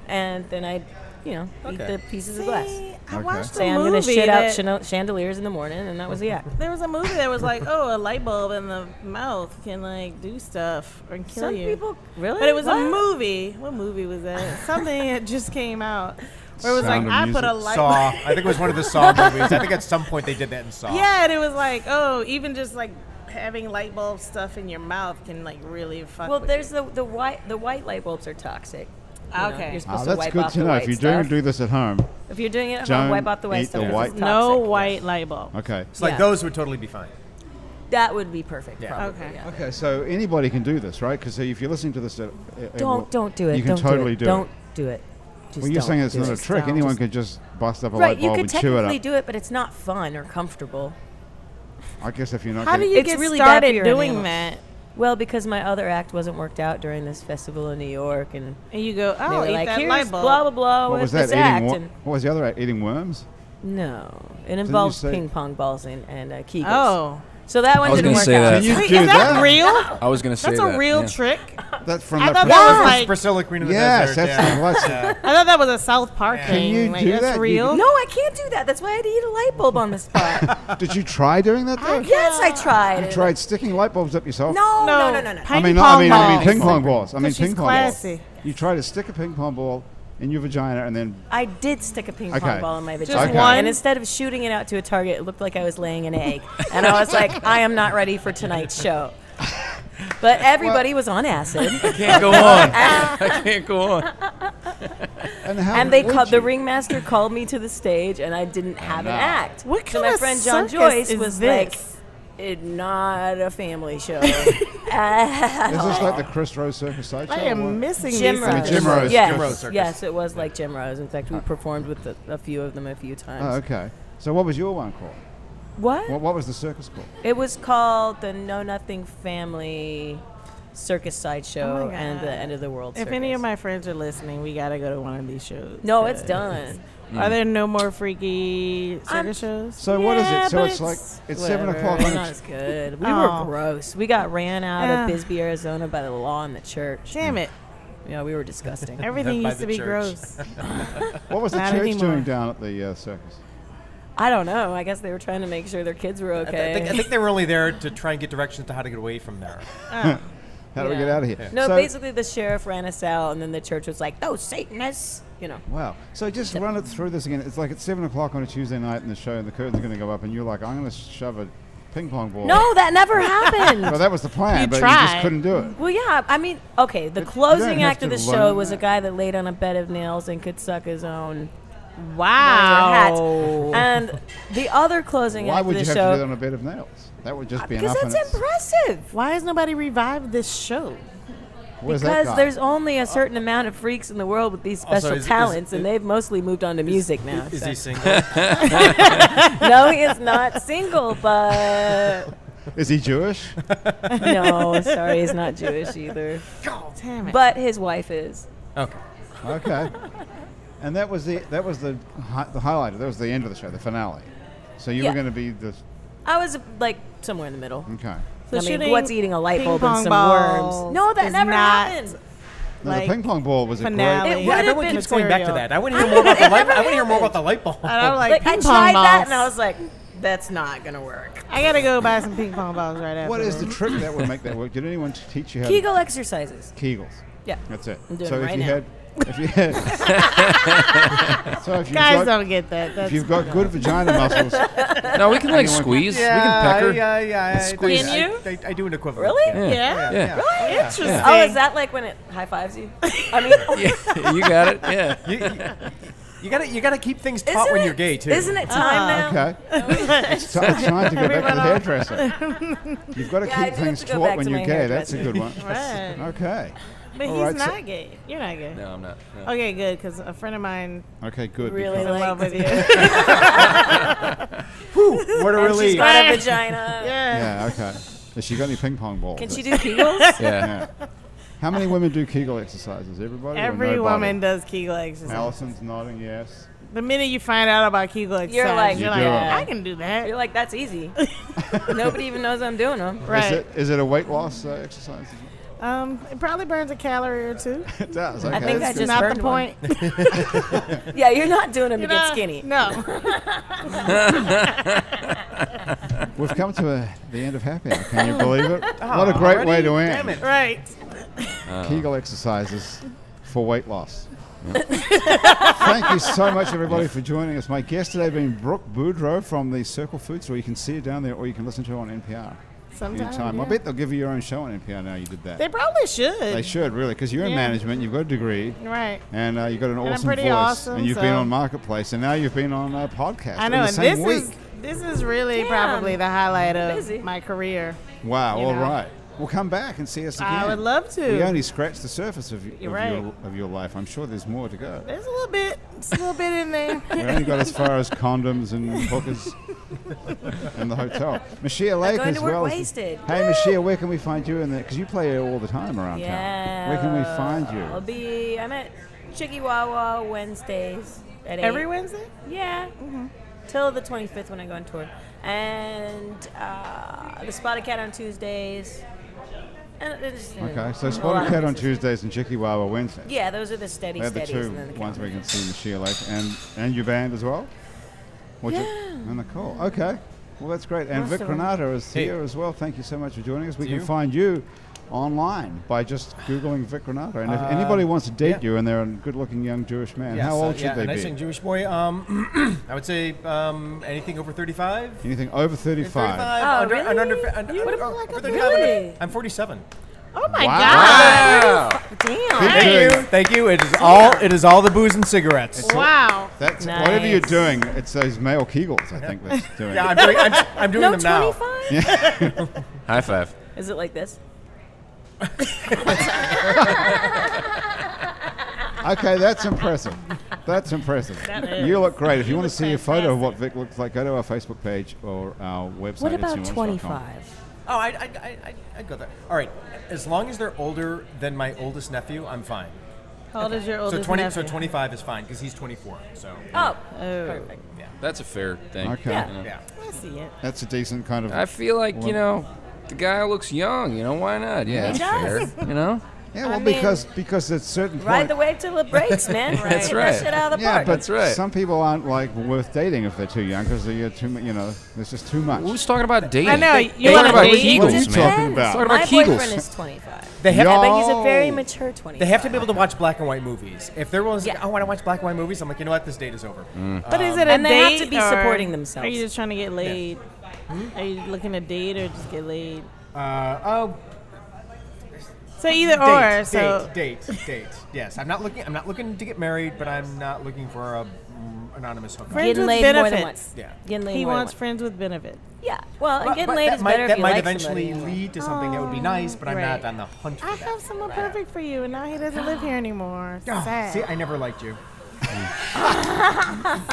S3: And then I'd, you know, eat
S5: Okay.
S3: the pieces of glass.
S4: See, I
S1: Okay.
S4: watched
S3: Say
S4: a
S3: I'm gonna
S4: movie
S3: shit out
S4: that-
S3: chano- chandeliers in the morning, and that was the act.
S4: There was a movie that was like, oh, a light bulb in the mouth can like do stuff or kill
S3: Some
S4: you.
S3: people really.
S4: but it was a
S3: What?
S4: movie. What movie was that? Something that just came out. Where it was
S1: Sound
S4: like,
S1: of
S4: I put a
S1: Music.
S4: light bulb.
S5: Saw. I think it was one of the Saw movies. I think at some point they did that in Saw.
S4: Yeah, and it was like, oh, even just like having light bulb stuff in your mouth can like really fuck.
S3: Well,
S4: with
S3: there's
S4: you.
S3: the the white the white light bulbs are toxic. You know,
S4: Okay.
S3: you're
S1: Ah,
S3: supposed to
S1: that's
S3: wipe
S1: good
S3: off
S1: to
S3: the
S1: know.
S3: white
S1: If you do
S3: stuff.
S1: do this at home,
S3: if you're doing it, at
S1: Don't
S3: home, wipe off the white
S1: eat
S3: stuff.
S1: the
S3: 'cause
S1: white-
S3: it's
S4: no
S3: toxic.
S4: white light bulb.
S1: okay.
S5: It's like
S3: Yeah.
S5: those would totally be fine.
S3: That would be perfect.
S5: Yeah.
S3: Probably,
S4: Okay.
S3: yeah.
S1: Okay, so anybody can do this, right? Because if you're listening to this, uh, uh, well,
S3: Don't don't do it.
S1: You can
S3: don't
S1: totally do
S3: do it.
S1: it.
S3: Don't do it. Just
S1: Well, you're
S3: don't
S1: saying it's
S3: do
S1: not a
S3: it.
S1: trick.
S3: Don't.
S1: Anyone
S3: Just-
S1: could just bust up a
S3: Right,
S1: light
S3: you
S1: bulb
S3: could
S1: and chew it
S3: technically
S1: up.
S3: do it, but it's not fun or comfortable.
S1: I guess if you're not
S4: How do
S1: getting-
S4: you
S3: It's
S4: get
S3: really bad for
S4: started
S3: your
S4: doing
S3: inhalers.
S4: that?
S3: Well, because my other act wasn't worked out during this festival in New York, and
S4: And you go,
S3: they
S4: oh,
S3: were
S4: eat
S3: like,
S4: that
S3: "Here's
S4: light bulb.
S3: blah blah blah
S1: what
S3: with
S1: was that
S3: this
S1: eating?
S3: act."
S1: Wor-
S3: and
S1: what was the other act? Eating worms?
S3: no, it involves
S1: say-
S3: ping pong balls and and uh, Kegels.
S4: Oh,
S3: so that one
S2: was
S3: didn't
S2: gonna
S3: work
S2: say
S3: out.
S2: that.
S1: You
S4: Wait,
S1: do
S4: is that,
S1: that?
S4: real?
S2: I was gonna say
S4: That's
S2: that,
S4: a real
S2: yeah.
S4: trick.
S1: That's from
S4: I
S1: the
S4: thought
S3: Oh
S4: that was
S5: It's
S4: like-
S5: Priscilla Queen of the
S1: yes,
S5: Desert.
S1: that's
S5: yeah.
S1: well, that's-
S5: Yeah.
S4: I thought that was a South Park
S5: Can
S4: thing.
S1: you
S4: like,
S1: do
S4: that's
S1: that? You-
S4: real.
S3: No, I can't do that. That's why I had to eat a light bulb on the spot.
S1: Did you try doing that though?
S3: yes, I tried.
S1: Oh You tried sticking light bulbs up yourself?
S3: No, no,
S4: No.
S3: no, no, no.
S1: I
S4: Ping
S1: mean, not- I
S4: pong
S1: mean, I mean,
S4: balls.
S1: ping pong balls. I mean,
S4: she's
S1: ping pong
S4: classy.
S1: balls. You try to stick a ping pong ball in your vagina and then
S3: I did stick a ping pong
S1: Okay.
S3: ball in my
S1: Just
S3: vagina,
S1: one?
S3: and instead of shooting it out to a target, it looked like I was laying an egg, and I was like, "I am not ready for tonight's show." But everybody was on acid,
S2: Can't go on. I can't go on.
S1: and how
S3: and they
S1: would
S3: called the
S1: you?
S3: ringmaster called me to the stage, and I didn't have an act.
S4: What
S3: so
S4: kind
S3: my
S4: of
S3: friend John
S4: circus
S3: Joyce
S4: is
S3: was
S4: this?
S3: like, "It's not a family show."
S1: Is this like the Chris Rose Circus sideshow?
S4: I
S1: or what?
S4: am missing
S3: Jim
S4: these
S3: Rose.
S4: things.
S1: Jim Rose.
S3: Yes.
S5: Jim Rose circus.
S3: Yes, it was like Jim Rose. In
S4: Uh,
S3: fact, we performed with the, a few of them a few times.
S1: Oh, okay. So what was your one called?
S3: What?
S1: What, what was the circus called?
S3: It was called the Know Nothing Family Circus Sideshow
S4: Oh my
S3: and the
S4: God.
S3: End of the World.
S4: If any of
S3: Circus.
S4: my friends are listening, we gotta go to one of these shows.
S3: no, it's
S4: 'cause-
S3: done.
S4: Are there no more freaky circus
S3: I'm-
S4: shows?
S1: So what is
S4: Yeah,
S1: it? So
S4: but
S1: it's like it's seven
S3: Whatever,
S1: o'clock.
S3: It's
S1: on
S3: not
S1: a-
S3: as good. We
S4: Oh.
S3: were gross. We got ran out
S4: Yeah.
S3: of Bisbee, Arizona, by the law and the church.
S4: Damn it!
S3: Yeah, we were disgusting.
S4: Everything
S5: By
S4: used
S5: the
S4: to be
S5: church.
S4: gross.
S1: what was the
S4: Not
S1: church
S4: anymore.
S1: doing down at the uh, circus?
S3: I don't know. I guess they were trying to make sure their kids were
S5: I, th- I
S3: okay.
S5: think, I think they were only there to try and get directions to how to get away from there.
S1: How do we
S3: Yeah.
S1: get out of here?
S3: no,
S1: So-
S3: basically the sheriff ran us out, and then the church was like, "Those Satanists," you know.
S1: Wow. So just run it through this again. It's like it's seven o'clock on a Tuesday night, and the show, and the curtain's going to go up, and you're like, I'm going to shove a ping pong ball.
S3: No, that never happened.
S1: Well, that was the plan,
S4: You
S1: but you just
S4: tried.
S1: couldn't do it.
S3: Well, yeah. I mean, okay.
S1: But
S3: The
S1: you don't
S3: closing
S1: have
S3: act of
S1: to
S3: the
S1: learn
S3: show was
S1: that.
S3: a guy that laid on a bed of nails and could suck his own
S4: Wow.
S3: hats. And the other closing
S1: Why
S3: act
S1: would
S3: of
S1: you
S3: the
S1: have
S3: show
S1: to do that on a bed of nails? That would just be
S3: because
S1: enough. and
S3: that's
S1: it's-
S3: impressive.
S4: Why has nobody revived this show?
S1: Where's that
S3: Because
S1: guy?
S3: there's only a certain amount of freaks in the world with these
S5: Also,
S3: special
S5: Oh, is- is-
S3: talents,
S5: is-
S3: and they've mostly moved on to music now.
S5: Is
S3: so-
S5: he single?
S3: no, he is not single, but
S1: Is he Jewish?
S3: no, sorry, he's not Jewish either.
S4: Damn it!
S3: But his wife is.
S5: okay.
S1: okay. And that was the that was the hi- the highlight. That was the end of the show, the finale. So you
S3: Yeah.
S1: were going to be the
S3: I was like somewhere in the middle.
S1: okay.
S4: So
S3: I mean,
S4: shooting
S3: what's eating a light
S4: ping
S3: bulb and
S4: pong
S3: some
S4: balls
S3: worms? No, that
S4: is
S3: never
S4: not
S3: happened.
S1: Now,
S4: Like,
S1: the ping pong ball was a
S4: finale.
S1: great.
S3: It
S5: Yeah,
S3: would've
S5: everyone
S3: been
S5: keeps going back to
S4: material.
S5: that. I want to hear more about the light. I want to hear more about the light bulb.
S4: And I'm like,
S3: Like, I
S4: ping pong
S3: tried that
S4: balls.
S3: and I was like, that's not gonna work.
S4: I gotta go buy some ping pong balls right after.
S1: What is the
S4: this.
S1: trick that would make that work? Did anyone t- teach you how
S3: Kegel exercises.
S1: to Kegels?
S3: Yeah.
S1: That's it.
S3: I'm doing
S1: so
S3: it
S1: if
S3: right
S1: you
S3: now.
S1: had if you had So if you got,
S4: Guys don't get that. That's
S1: if you've got good vagina muscles,
S2: No, we can like squeeze. we can pecker.
S5: Yeah, yeah, yeah.
S2: Squeeze.
S5: I,
S4: Can
S5: I, I do an equivalent.
S3: Really?
S5: Yeah.
S4: yeah.
S2: Yeah.
S5: Really?
S4: Interesting.
S3: Oh, is that like when it high fives you? I mean,
S2: Yeah, you got it. Yeah.
S5: You, you, you gotta you gotta keep things taut
S3: isn't
S5: when
S3: it-
S5: you're gay too.
S3: Isn't it time
S4: Uh-huh.
S3: now?
S1: okay. it's, ti- it's time to go back to the hairdresser. You've got to
S3: Yeah, I
S1: keep
S3: do have
S1: things
S3: to go
S1: taut
S3: back
S1: when
S3: to
S1: you're
S3: my
S1: gay. That's a good one.
S4: Right.
S1: Okay.
S4: But he's
S1: Alright, so-
S4: not gay. You're not gay.
S2: No, I'm not. no.
S4: Okay, good. Because a friend of mine
S1: Okay, good.
S3: Really
S1: because-
S4: in love
S3: like
S4: with you.
S5: What a
S3: she's
S5: relief.
S3: got a vagina.
S4: yeah.
S1: Yeah, okay. Has she got any ping pong balls?
S3: Can she do Kegels?
S2: Yeah.
S1: Yeah. How many women do Kegel exercises? Everybody? or
S4: Every
S1: nobody?
S4: woman does Kegel exercises.
S1: Allison's nodding yes.
S4: The minute you find out about Kegel exercises,
S3: You're like,
S4: you're
S1: You
S4: like,
S1: do 'em.
S4: I can do that.
S3: You're like, that's easy. Nobody even knows I'm doing them.
S1: Is
S4: right.
S1: it, is it a weight loss uh, exercise?
S4: Um, it probably burns a calorie or two.
S1: It does. Okay.
S3: I think
S1: that's
S3: I
S1: good.
S3: just
S4: not
S3: burned
S4: the
S3: one.
S4: point.
S3: Yeah, you're not doing them to
S4: You're
S3: get
S4: not-
S3: skinny.
S4: No.
S1: We've come to uh the end of happy hour. Can you believe it?
S3: Oh,
S1: what a great way to end.
S5: Damn it.
S4: right.
S1: Kegel exercises for weight loss. Thank you so much, everybody, for joining us. My guest today being Brooke Boudreau from the Circle Food Store. You can see her down there, or you can listen to her on NPR.
S4: Sometimes.
S1: Anytime. I
S4: yeah.
S1: bet they'll give you your own show on NPR now. You did that.
S4: They probably should.
S1: They should really, because you're in
S4: Yeah.
S1: management. You've got a degree.
S4: Right.
S1: And uh, you've got an
S4: I'm
S1: awesome
S4: pretty
S1: voice,
S4: awesome,
S1: and you've been
S4: so-
S1: on Marketplace, and now you've been on a podcast.
S4: I
S1: in
S4: know,
S1: the
S4: and
S1: same
S4: this
S1: week.
S4: is this is really
S3: Damn.
S4: probably the highlight of
S3: Busy.
S4: my career.
S1: Wow,
S4: you
S1: all
S4: know.
S1: right. Well, come back and see us again.
S4: I would love to.
S1: We only scratched the surface of, y- of,
S4: You're right.
S1: your, of your life. I'm sure there's more to go.
S4: There's a little bit, it's a little bit in there.
S1: We only got as far as condoms and hookers and the hotel. Michelle Lake
S3: going
S1: as
S3: to work
S1: well. is-
S3: wasted.
S1: Hey, Michelle, where can we find you in there? Because you play here all the time around
S3: Yeah.
S1: town. Where can we
S3: I'll
S1: find you?
S3: be. I'm at Chickawawa Wednesdays at
S4: Every
S3: eight.
S4: Wednesday?
S3: Yeah. Till the 25th when I go on tour. And uh, the Spotted Cat on Tuesdays. And it just,
S1: Okay, so
S3: a lot
S1: Spotted
S3: of
S1: Cat on
S3: places.
S1: Tuesdays and Chikiwawa Wednesdays.
S3: Yeah, those are the steady
S1: They're the
S3: steadies.
S1: two
S3: and then the
S1: ones we
S3: Cowboys.
S1: can see Michelle Lake and, and your band as well? What's it-
S3: Yeah.
S1: And the call. Okay. Well, that's great. And Vic
S3: Awesome.
S1: Granata is
S5: Hey.
S1: here as well. Thank you so much for joining us. We
S5: To
S1: can
S5: you.
S1: find you online by just Googling Vic Granata. And if anybody wants to date
S5: Uh, yeah.
S1: you and they're a good looking young Jewish man,
S5: Yes,
S1: how
S5: uh,
S1: old
S5: yeah,
S1: should they
S5: a nice
S1: be?
S5: young Jewish boy. Um, I would say um, anything over 35.
S1: Anything over 35.
S5: 35,
S3: Oh,
S5: under, and under,
S3: really?
S5: and
S3: You
S5: under-
S3: look
S5: oh,
S3: like a
S5: 35, under-
S3: really?
S5: I'm 47.
S4: Oh my
S1: Wow.
S4: god.
S2: Wow.
S1: Keep
S3: Damn.
S1: doing it.
S5: Thank you. It is all it is all the booze and cigarettes.
S4: Wow.
S1: That's whatever you're
S3: Nice.
S1: doing. It's those male Kegels, I think, that's doing.
S5: Yeah,
S1: it.
S5: I'm doing, I'm, I'm doing
S3: No
S5: them now.
S3: 25?
S2: High five.
S3: Is it like this?
S1: Okay, that's impressive. That's impressive. You look great. If you, want to see a photo of what Vic looks like, go to our Facebook page or our website.
S3: What
S1: at
S3: about
S1: simone's.com.
S3: 25?
S5: Oh, I, I, I, I, I'd go there. All right. As long as they're older than my oldest nephew, I'm fine.
S4: How old is your oldest
S5: so 20,
S4: nephew?
S5: so 25 is fine because he's 24. So
S3: Oh,
S4: Oh,
S5: yeah,
S2: That's a fair thing.
S1: Okay.
S3: Yeah.
S2: you know.
S5: yeah.
S4: I see it.
S1: That's a decent kind of.
S2: I feel like you know, the guy looks young. You know why not? Yeah, that's
S3: He does.
S2: fair. You know.
S1: yeah, well,
S3: I mean-
S1: because because at certain
S3: ride
S1: point.
S3: the wave till it breaks, man.
S2: That's
S3: Hit
S2: right.
S3: that shit out of the
S1: yeah,
S3: park.
S1: but
S2: That's right.
S1: some people aren't like worth dating if they're too young because they're too. mu- You know, there's just too much.
S2: Who's talking about dating?
S4: I know,
S2: They-
S4: you
S2: they talking
S4: wanna
S2: about
S4: date?
S1: What are
S2: Eagles,
S1: you
S2: man.
S1: talking about?
S2: Talking
S3: My
S2: about Kegels.
S3: boyfriend is 25.
S5: They have,
S1: Yeah.
S3: But he's a very
S1: Oh.
S3: mature 25.
S5: they have to be able to watch black and white movies. If they're willing to,
S3: Yeah.
S5: I want to watch black and white movies, I'm like, you know what, this date is over.
S4: But is it a
S3: And they have to
S4: date
S3: be
S4: or
S3: supporting
S4: Are you
S3: themselves.
S4: just trying to get laid? Are you looking to date or just get laid?
S5: Uh, oh,
S4: So either
S5: date,
S4: or. So
S5: date, date, date. Yes, I'm not looking. I'm not looking to get married, but I'm not looking for a mm, anonymous hookup.
S4: Friend-
S3: Getting
S4: with
S3: laid more than
S4: benefits.
S3: once.
S5: Yeah.
S3: Getting laid
S4: he
S3: more than
S4: wants
S3: once.
S4: friends with benefit.
S3: Yeah. Well, and
S5: But-
S3: getting
S5: but
S3: laid
S5: that
S3: is
S5: might,
S3: better
S5: that
S3: if you
S5: might
S3: like
S5: eventually
S3: somebody. Oh,
S5: lead to something that would be nice, but I'm
S4: Right.
S5: not on the hunt for
S4: I
S5: that.
S4: have someone perfect for you, and now he doesn't live here anymore. It's
S5: Oh,
S4: Sad.
S5: see, I never liked you.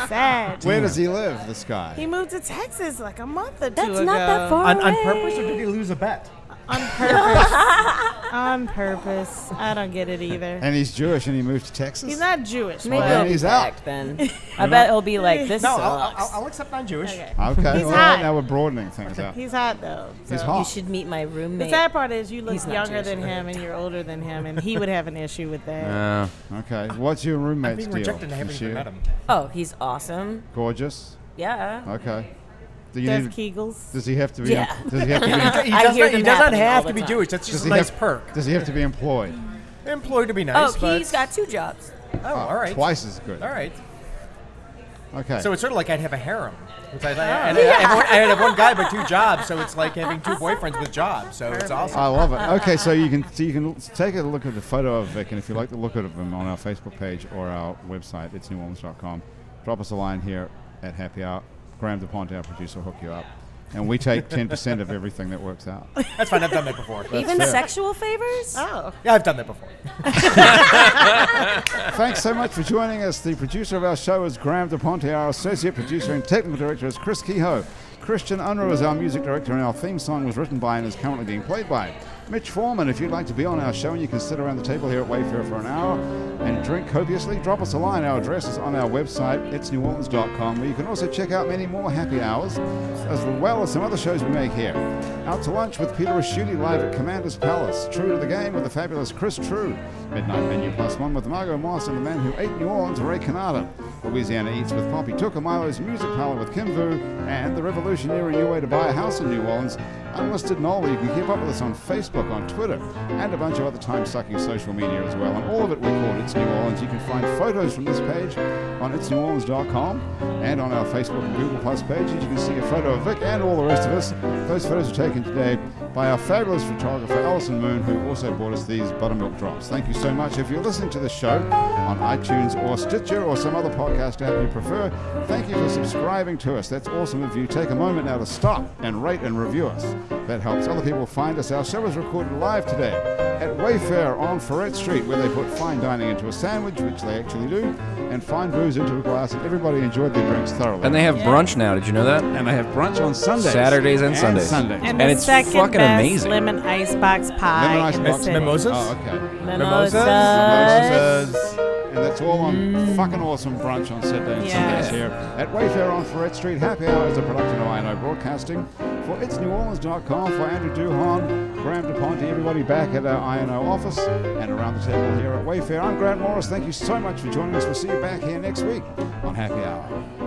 S4: Sad.
S1: Where does he live? This guy.
S4: He moved to Texas like a month or two
S3: That's not that
S4: ago.
S3: far
S5: On,
S3: away.
S5: on purpose, or did he lose a bet?
S4: On purpose. on purpose. I don't get it either.
S1: and he's Jewish, and he moved to Texas.
S4: He's not Jewish.
S3: Maybe
S1: Well,
S4: but-
S1: then
S3: he'll be
S1: he's out.
S3: back then. I bet he'll be like, this
S5: No, I'll, Oh, I'll,
S3: sucks.
S5: I'll- I'll accept non-Jewish.
S4: Okay.
S1: okay, well,
S4: He's
S1: all
S4: hot.
S1: right, now we're broadening things out.
S4: He's hot though.
S1: He's
S4: so-
S1: hot.
S3: You should meet my
S4: The
S3: roommate.
S4: sad part is you look
S3: He's not
S4: younger
S3: Jewish,
S4: than him and you're older than him, and he would have an issue with that.
S2: Uh,
S1: Okay, what's your roommate's
S5: Being
S1: deal?
S5: rejected and I haven't
S1: Is
S5: even
S1: she
S5: met him.
S3: Oh, he's awesome.
S1: Gorgeous.
S3: Yeah.
S1: Okay. Do you
S4: Does
S1: need?
S4: Kegels?
S1: Does he have to be?
S3: Yeah.
S1: Does he have to be?
S5: He
S3: I
S5: does
S3: hear
S5: not, he
S3: them
S5: does not
S3: happening all
S5: have
S3: the
S5: to be
S3: time.
S5: Jewish. That's
S1: Does
S5: just a
S1: he
S5: nice
S1: have,
S5: perk.
S1: Does he have to be employed?
S5: Employed to be nice.
S3: Oh,
S5: but,
S3: he's got two jobs.
S5: Oh, all right.
S1: Twice as good.
S5: All right.
S1: Okay.
S5: So it's sort of like I'd have a harem. Which I,
S3: Oh.
S5: and I, I, have one, I have one guy but two jobs, so it's like having two boyfriends with jobs. So it's awesome.
S1: I love it. Okay, so you can so you can l- take a look at the photo of Vic, and if you like the look of him on our Facebook page or our website, it's neworleans.com. Drop us a line here at Happy Hour. Graham DuPont, our producer, will hook you up, and we take ten percent of everything that works out.
S5: That's fine. I've done that before.
S3: Even
S1: fair.
S3: sexual favors?
S4: Oh,
S5: Yeah, I've done that before.
S1: Thanks so much for joining us. The producer of our show is Graham DePonte. Our associate producer and technical director is Chris Kehoe. Christian Unruh is our music director, and our theme song was written by and is currently being played by Mitch Foreman. If you'd like to be on our show and you can sit around the table here at Wayfair for an hour and drink copiously, drop us a line. Our address is on our website, itsneworleans.com, where you can also check out many more happy hours as well as some other shows we make here. Out to lunch with Peter Raschuti live at Commander's Palace. True to the game with the fabulous Chris True. Midnight Menu Plus One with Margot Moss and the man who ate New Orleans, Ray Canada. Louisiana Eats with Poppy Tucamilo's Music Parlor with Kim Vu, and the revolutionary new way to buy a house in New Orleans, Unlisted Nola. You can keep up with us on Facebook, on Twitter, and a bunch of other time-sucking social media as well. And all of it we call It's New Orleans. You can find photos from this page on itsneworleans.com and on our Facebook and Google Plus pages. You can see a photo of Vic and all the rest of us. Those photos were taken today by our fabulous photographer Alison Moon, who also bought us these buttermilk drops. Thank you so much. If you're listening to this show on iTunes or Stitcher or some other podcast app you prefer, thank you for subscribing to us. That's awesome of you. Take a moment now to stop and rate and review us. That helps other people find us. Our show was recorded live today at Wayfair on Ferret Street, where they put fine dining into a sandwich, which they actually do, and fine booze into a glass, and everybody enjoyed their drinks thoroughly.
S2: And they have
S4: Yeah.
S2: brunch now. Did you know that?
S1: And they have brunch on Sundays.
S2: Saturdays and Sundays.
S1: Sundays.
S4: And,
S2: And
S4: the
S2: it's
S4: second
S2: fucking
S4: best
S2: amazing.
S4: Lemon icebox pie.
S1: Lemon
S4: in
S1: icebox
S4: the city.
S5: mimosas?
S1: Oh, okay.
S3: Mimosas.
S1: And that's all on fucking awesome brunch on Saturday and
S4: Yeah.
S1: Sundays here at Wayfair on Ferret Street. Happy Hour is a production of INO Broadcasting. For itsneworleans.com, for Andrew Duhon, Graham DePonte, everybody back at our INO office and around the table here at Wayfair. I'm Grant Morris. Thank you so much for joining us. We'll see you back here next week on Happy Hour.